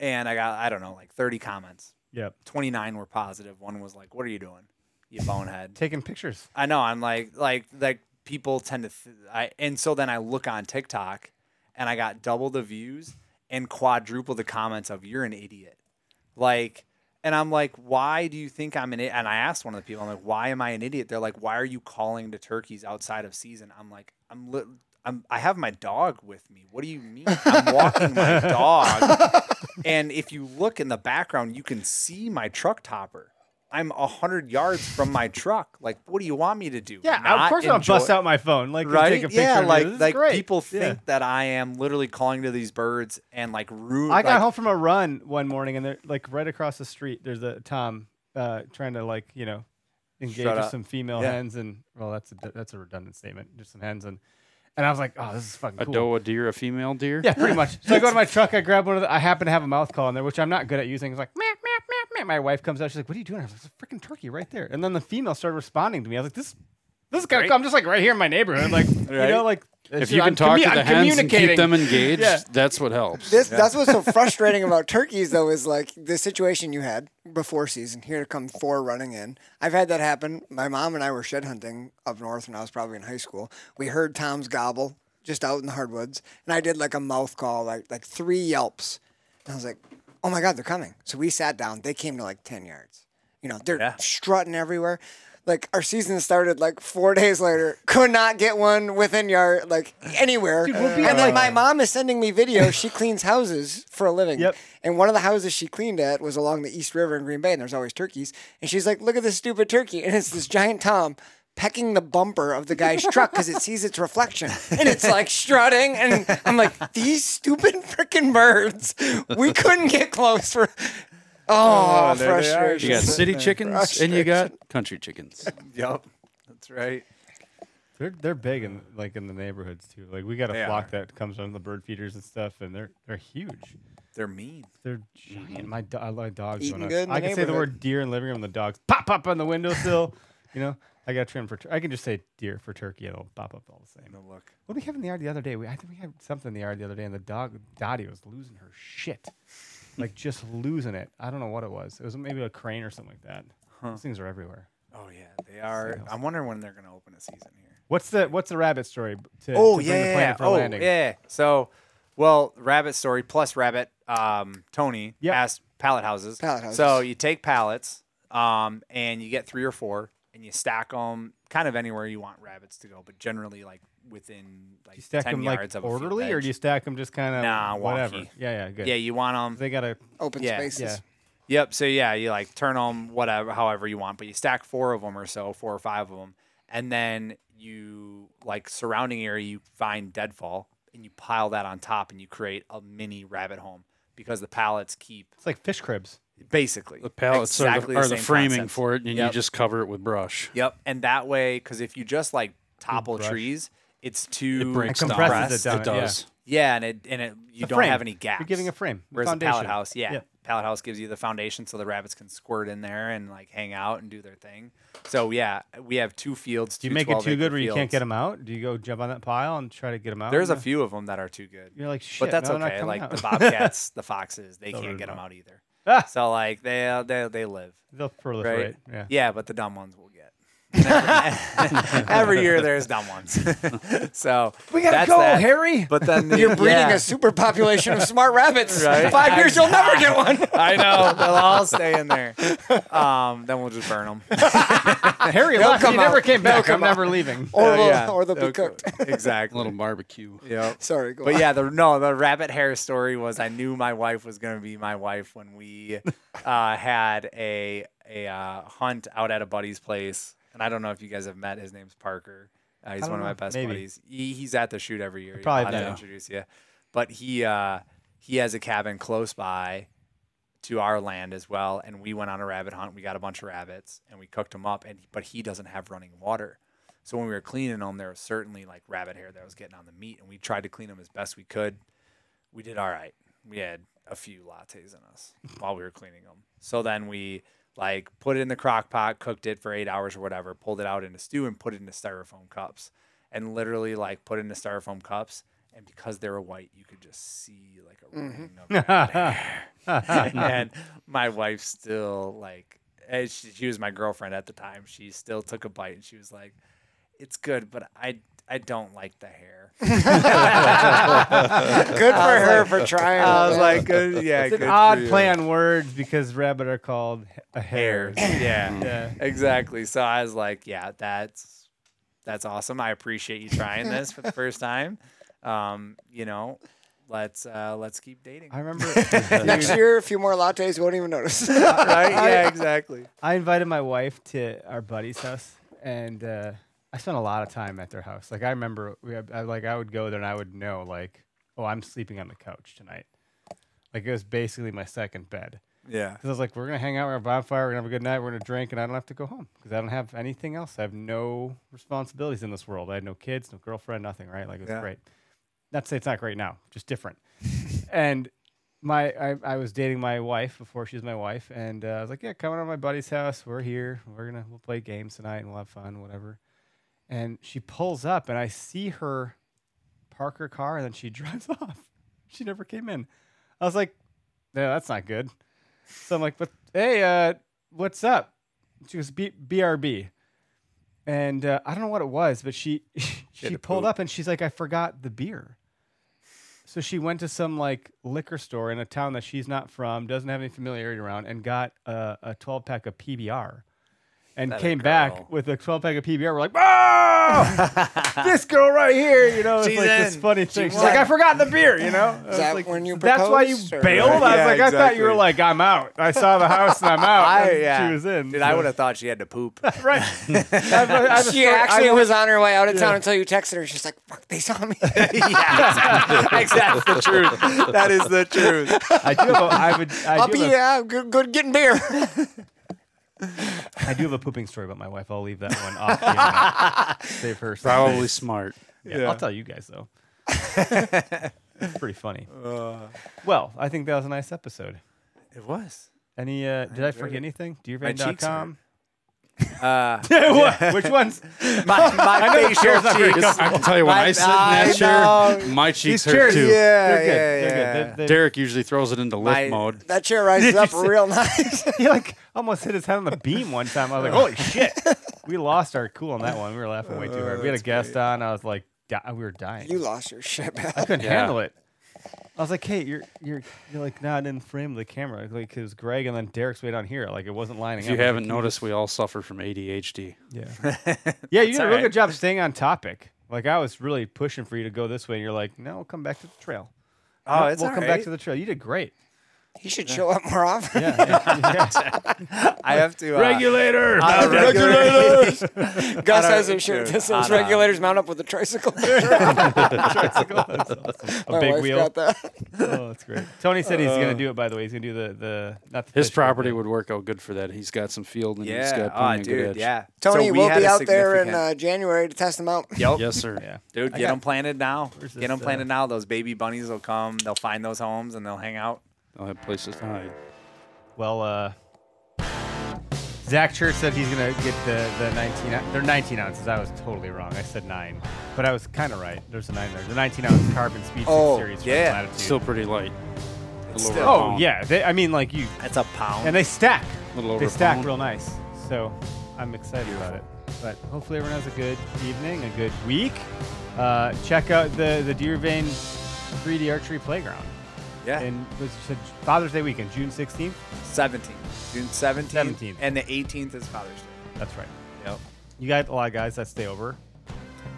and I got I don't know like 30 comments.
Yep.
29 were positive. One was like, "What are you doing, you bonehead?"
Taking pictures.
I know. I'm like, like, like people tend to. Th- I and so then I look on TikTok, and I got double the views and quadruple the comments of "You're an idiot." Like, and I'm like, why do you think I'm an? i- And I asked one of the people, I'm like, why am I an idiot? They're like, why are you calling to turkeys outside of season? I'm like, I'm li- I'm, I have my dog with me. What do you mean? I'm walking my dog. And if you look in the background, you can see my truck topper. I'm a hundred yards from my truck. Like, what do you want me to do?
Yeah,
Not
of course I'll
enjoy-
bust out my phone. Like, and
right?
take a picture.
yeah,
and go,
like
"This is
like
great."
people
Yeah.
think that I am literally calling to these birds and like ruin.
I got
like,
home from a run one morning, and they're like right across the street. There's a Tom uh, trying to like you know engage
Shut
with
up.
some female
Yeah.
hens, and well, that's a that's a redundant statement. Just some hens, and and I was like, oh, this is fucking
A
cool.
doe, a deer, a female deer.
Yeah, pretty much. So I go to my truck, I grab one of the. I happen to have a mouth call in there, which I'm not good at using. It's like, meh, meh, meh, meh. my wife comes out. She's like, "What are you doing?" I was like, "It's a freaking turkey right there." And then the female started responding to me. I was like, "This, this is kind of cool." I'm just like right here in my neighborhood, like you
Right.
know, like
if you can talk to the hens and keep them engaged,
Yeah.
that's what helps.
This, That's what's so frustrating about turkeys, though, is like the situation you had before season. Here come four running in. I've had that happen. My mom and I were shed hunting up north when I was probably in high school. We heard Tom's gobble just out in the hardwoods, and I did like a mouth call, like like three yelps, and I was like, "Oh my god, they're coming!" So we sat down. They came to like ten yards. You know, they're
Yeah.
strutting everywhere. Like our season started like four days later. Could not get one within yard, like anywhere. and then my mom is sending me videos. She cleans houses for a living.
Yep.
And one of the houses she cleaned at was along the East River in Green Bay, and there's always turkeys. And she's like, "Look at this stupid turkey!" And it's this giant tom pecking the bumper of the guy's truck because it sees its reflection, and it's like strutting. And I'm like, "These stupid freaking birds! We couldn't get close for." Oh,
there they are.
frustration.
You got city chickens and you got country chickens.
Yep. That's right.
They're they're big in like in the neighborhoods too. Like we got a
They
flock
are.
that comes on the bird feeders and stuff, and they're they're huge.
They're mean.
They're
Mm-hmm.
giant. My do- I like dogs.
Eating
when I-
good in the
I can say the
neighborhood.
word deer in the living room. The dogs pop up on the windowsill. you know, I got trim for. Tur- I can just say deer for turkey. It'll pop up all the same.
No look.
What did we have in the yard the other day? We, I think we had something in the yard the other day, and the dog Dottie was losing her shit, like just losing it. I don't know what it was. It was maybe a crane or something like that. Those things are everywhere.
Oh yeah, they are. I'm wondering when they're gonna open a season here.
What's the What's the rabbit story? b- To,
Oh
to
yeah,
bring the
yeah,
planet
yeah.
for
oh
landing?
yeah. So, well, Rabbit story plus Rabbit. Um, Tony
Yep.
asked pallet houses.
Pallet houses.
So you take pallets, um, and you get three or four, and you stack them kind of anywhere you want rabbits to go, but generally like within like
You stack
ten
them like
yards of a
orderly,
field
or
edge.
do you stack them just kind of
Nah,
whatever?
wonky.
Yeah, yeah, good.
Yeah, you want them.
they gotta.
open
Yeah.
spaces.
Yeah,
Yep. So yeah, you like turn them whatever, however you want, but you stack four of them or so, four or five of them, and then you like surrounding area you find deadfall and you pile that on top and you create a mini rabbit home because the pallets keep
it's like fish cribs.
basically
The pallets
exactly
are the, are the
same
framing
concept.
for it, and you
Yep.
just cover it with brush.
Yep. And that way, because if you just like topple trees, it's too
It breaks
It
down.
compresses it down,
It
yeah.
does.
Yeah, and it and it you
A
don't
frame.
have any gaps.
You're giving a frame, a
Whereas a pallet
foundation.
house, yeah,
Yeah.
pallet house gives you the foundation so the rabbits can squirt in there and like hang out and do their thing. So yeah, we have two fields.
Do you
two
make it too
12-acre
good where you can't
fields.
get them out? Do you go jump on that pile and try to get them out?
There's a
No.
few of them that are too good.
You're like,
but
"Shit,
that's
no, they're not
okay.
coming
Like
out."
the bobcats, the foxes, they
They'll
can't get
root 'em out.
them out either.
Ah.
So like they they they live
They'll proliferate.
right?
Yeah.
yeah, but the dumb ones will get. Every year there's dumb ones. so we
gotta
that's
go,
that.
Harry.
But then the,
You're breeding
yeah.
a super population of smart rabbits.
Right?
Five years, you'll never get one.
I know they'll all stay in there. Um, then we'll just burn them.
Harry
They'll
left. He
come
never
out.
came back.
They'll
I'm
come
never leaving.
Or, they'll,
yeah.
or they'll be
Okay.
cooked. uh,
A
Exactly.
little barbecue.
Yep.
Sorry, go
But
on.
yeah, the no, the rabbit hair story was I knew my wife was gonna be my wife when we uh, had a a uh, hunt out at a buddy's place, and I don't know if you guys have met. His name's Parker. Uh, he's
don't
one of
know.
my best
Maybe.
buddies. He, he's at the shoot every year.
probably
I'll have to
know.
introduce you, but he uh, he has a cabin close by to our land as well, and we went on a rabbit hunt. We got a bunch of rabbits and we cooked them up, and but he doesn't have running water. So when we were cleaning them, there was certainly like rabbit hair that was getting on the meat, and we tried to clean them as best we could. We did all right. We had a few lattes in us while we were cleaning them. So then we like put it in the crock pot, cooked it for eight hours or whatever, pulled it out into stew and put it into styrofoam cups, and literally like put it into styrofoam cups. And because they were white, you could just see like a ring of rabbit and my wife still like and she, she was my girlfriend at the time she still took a bite and she was like it's good but i i don't like the hair
Good for
Uh,
her for trying.
i was like good, yeah
It's an
good for
odd
you.
play on words because rabbit are called h- a hare.
hairs yeah
Yeah.
exactly so i was like yeah that's that's awesome i appreciate you trying this for the first time um you know let's uh let's keep dating
I remember dude,
Next year, a few more lattes, we won't even notice.
right yeah exactly
I invited my wife to our buddy's house, and uh, I spent a lot of time at their house. Like I remember, we, I, I- like I would go there and I would know, like, oh, I'm sleeping on the couch tonight. Like it was basically my second bed.
yeah
Because I was like, we're gonna hang out, we're gonna bonfire, we're gonna have a good night, we're gonna drink, and I don't have to go home because I don't have anything else. I have no responsibilities in this world. I had no kids, no girlfriend, nothing. Right? Like it was
Yeah.
great. Not to say it's not great now, just different. and my, I, I was dating my wife before she was my wife, and uh, I was like, yeah, come over to my buddy's house. We're here. We're gonna we'll play games tonight and we'll have fun, whatever. And she pulls up, and I see her park her car, and then she drives off. She never came in. I was like, yeah, that's not good. So I'm like, but hey, uh, what's up? She goes, B- BRB. And uh, I don't know what it was, but she she,
to
pulled
poop.
up and she's like, I forgot the beer. So she went to some like liquor store in a town that she's not from, doesn't have any familiarity around, and got a, a 12 pack of PBR, and
That a
came
girl.
back with a 12 pack of PBR. We're like, ah, this girl right here, you know, it's
She's
like this
in.
funny
She
thing. She's
won.
like, I forgot the beer, you know. I was
that
like,
when you
That's why you
proposed, or-
bailed. I was
Yeah,
like, I thought you were
exactly.
like, I'm out. I saw the house and I'm out.
I,
And
yeah.
She was in.
Dude, I would have thought she had to poop.
Right. I have a- I have a
She
story-
actually
I-
was on her way out of town until you texted her. She's like, "Fuck, they saw me."
yeah, exactly. That's the truth. That is the truth.
I do have a, I would, I
I'll
do
be
have a-
yeah, good, good getting beer.
I do have a pooping story about my wife. I'll leave that one off. camera. Save her. some
Probably
days.
smart.
Yeah, I'll tell you guys though. it's pretty funny.
Uh.
well, I think that was a nice episode.
It was.
Any? Uh, did I, forget
it.
anything?
cheeks
DearVan.com?
Uh,
What? Which ones?
my my facial cheeks.
I can tell you, when I,
I-
sit in that
I
chair, my
These
cheeks hurt
chairs,
too.
They're
Yeah,
good.
yeah,
They're
yeah.
good. They're- they're-
Derek usually throws it into lift
My-
mode.
That chair rises up real nice.
he like almost hit his head on the beam one time. I was like, holy shit. We lost our cool on that one. We were laughing way too hard. We had a guest on. I was like, di- we were dying.
you lost your shit, man.
I couldn't
Yeah.
handle it. I was like, hey, you're you're you're like not in frame of the camera. Like because Greg and then Derek's way down here. Like it wasn't lining
If
up.
you
I was
haven't noticed, we all suffer from ADHD.
like, Yeah. yeah, you did a real
alright.
good job staying on topic. Like I was really pushing for you to go this way, and you're like, no, come back to the trail.
Oh,
No,
it's
we'll come back to
the.
the trail. You did great.
You should show up more often.
Yeah. yeah, yeah.
I have to uh,
Regulator.
on a regular-
Gus
I don't-
has his shirt
dude,
that says
I don't-
"Regulators mount up with a tricycle."
Tricycle. That's awesome. A
My
big
wife
wheel.
got that.
Oh, that's great. Tony said he's gonna do it. By the way, he's gonna do the the not the
Uh, His
fish, but
property
the-
would work out good for that. He's got some field and he's
Yeah.
got plenty
Oh,
of
dude.
good edge.
Yeah.
Tony
So we
will
had
be
a
out there in
significant-
uh, January to test them out.
Yep.
Yes, sir.
Yeah.
Dude, get
got-
them planted now. Get
this,
them
uh,
planted now. Those baby bunnies will come. They'll find those homes and they'll hang out.
I'll have places to hide.
Well, uh, Zach Church said he's gonna get the the 19. ou- They're 19 ounces. I was totally wrong. I said nine, but I was kind of right. There's a nine there. The 19 ounce carbon speed
Oh,
series. from
yeah.
Latitude.
Still pretty light.
It's
Lower
still-
oh
pound.
yeah. They, I mean, like you,
That's a pound.
and they stack.
Little over
they
a
stack
pound.
real nice. So I'm excited about it. But hopefully everyone has a good evening, a good week. Uh, check out the the Deer Vein 3D archery playground.
yeah.
And was said Father's Day weekend, June 16th.
17th. June 17th.
17th.
And the 18th is Father's Day.
That's right.
Yep.
You got a lot of guys that stay over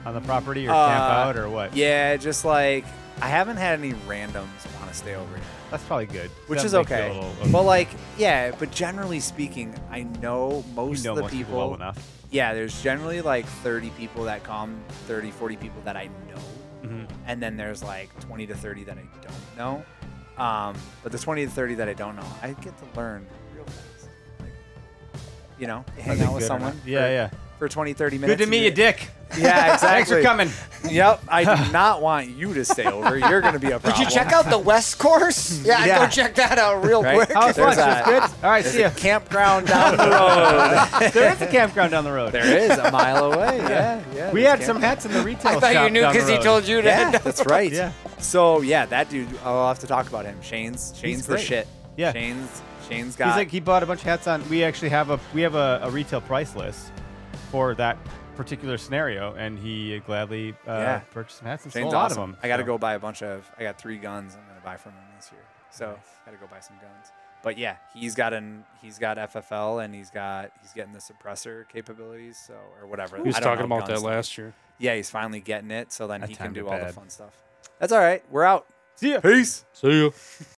on the property or
Uh,
camp out or what?
Yeah, just like I haven't had any randoms want to stay over here.
that's probably good.
which
That
is
makes it a
okay.
little- um,
But like, yeah, but generally speaking, I know most
you know
of the
most people
people.
well enough.
Yeah, there's generally like 30 people that come, 30, 40 people that I know, and then there's like 20 to 30 that I don't know. Um, but the 20 to 30 that I don't know, I get to learn real fast. Like, you know, hang out with someone.
Yeah,
for,
yeah.
For 20, 30 minutes.
Good to
and
meet you,
you're-
Dick.
Yeah, exactly.
Thanks for coming.
Yep. I do not want you to stay over. You're going to be a
Did
problem.
you check out the West Course? Yeah, I'd go
Yeah.
check that out real
Right? Oh,
quick.
How was lunch?
There's
That's
a-
good. All right, see ya.
campground down the road?
there is a campground down the road.
There is a mile away. Yeah, yeah.
We had
there's
some
campground.
hats in the retail
I thought
shop
you knew
down the
because he
road.
told you to.
Yeah, that's right.
Yeah.
So yeah, that dude. I'll have to talk about him. Shane's Shane's the
great.
shit.
Yeah.
Shane's Shane's
He's
got.
like he bought a bunch of hats on. We actually have a we have a, a retail price list for that particular scenario, and he gladly uh,
Yeah.
purchased some hats and
Shane's
sold a lot
awesome.
of them.
I got to
so.
go buy a bunch of. I got three guns. I'm gonna buy from him this year. So got to go buy some guns. But yeah, he's got an he's got FFL and he's got he's getting the suppressor capabilities. So or whatever.
He was
I don't
talking
know
about
gun
that
stuff.
last year.
Yeah, he's finally getting it. So then
I
he can
timed it
do all the
bad.
fun stuff. That's all right. We're out.
See ya.
Peace.
See ya.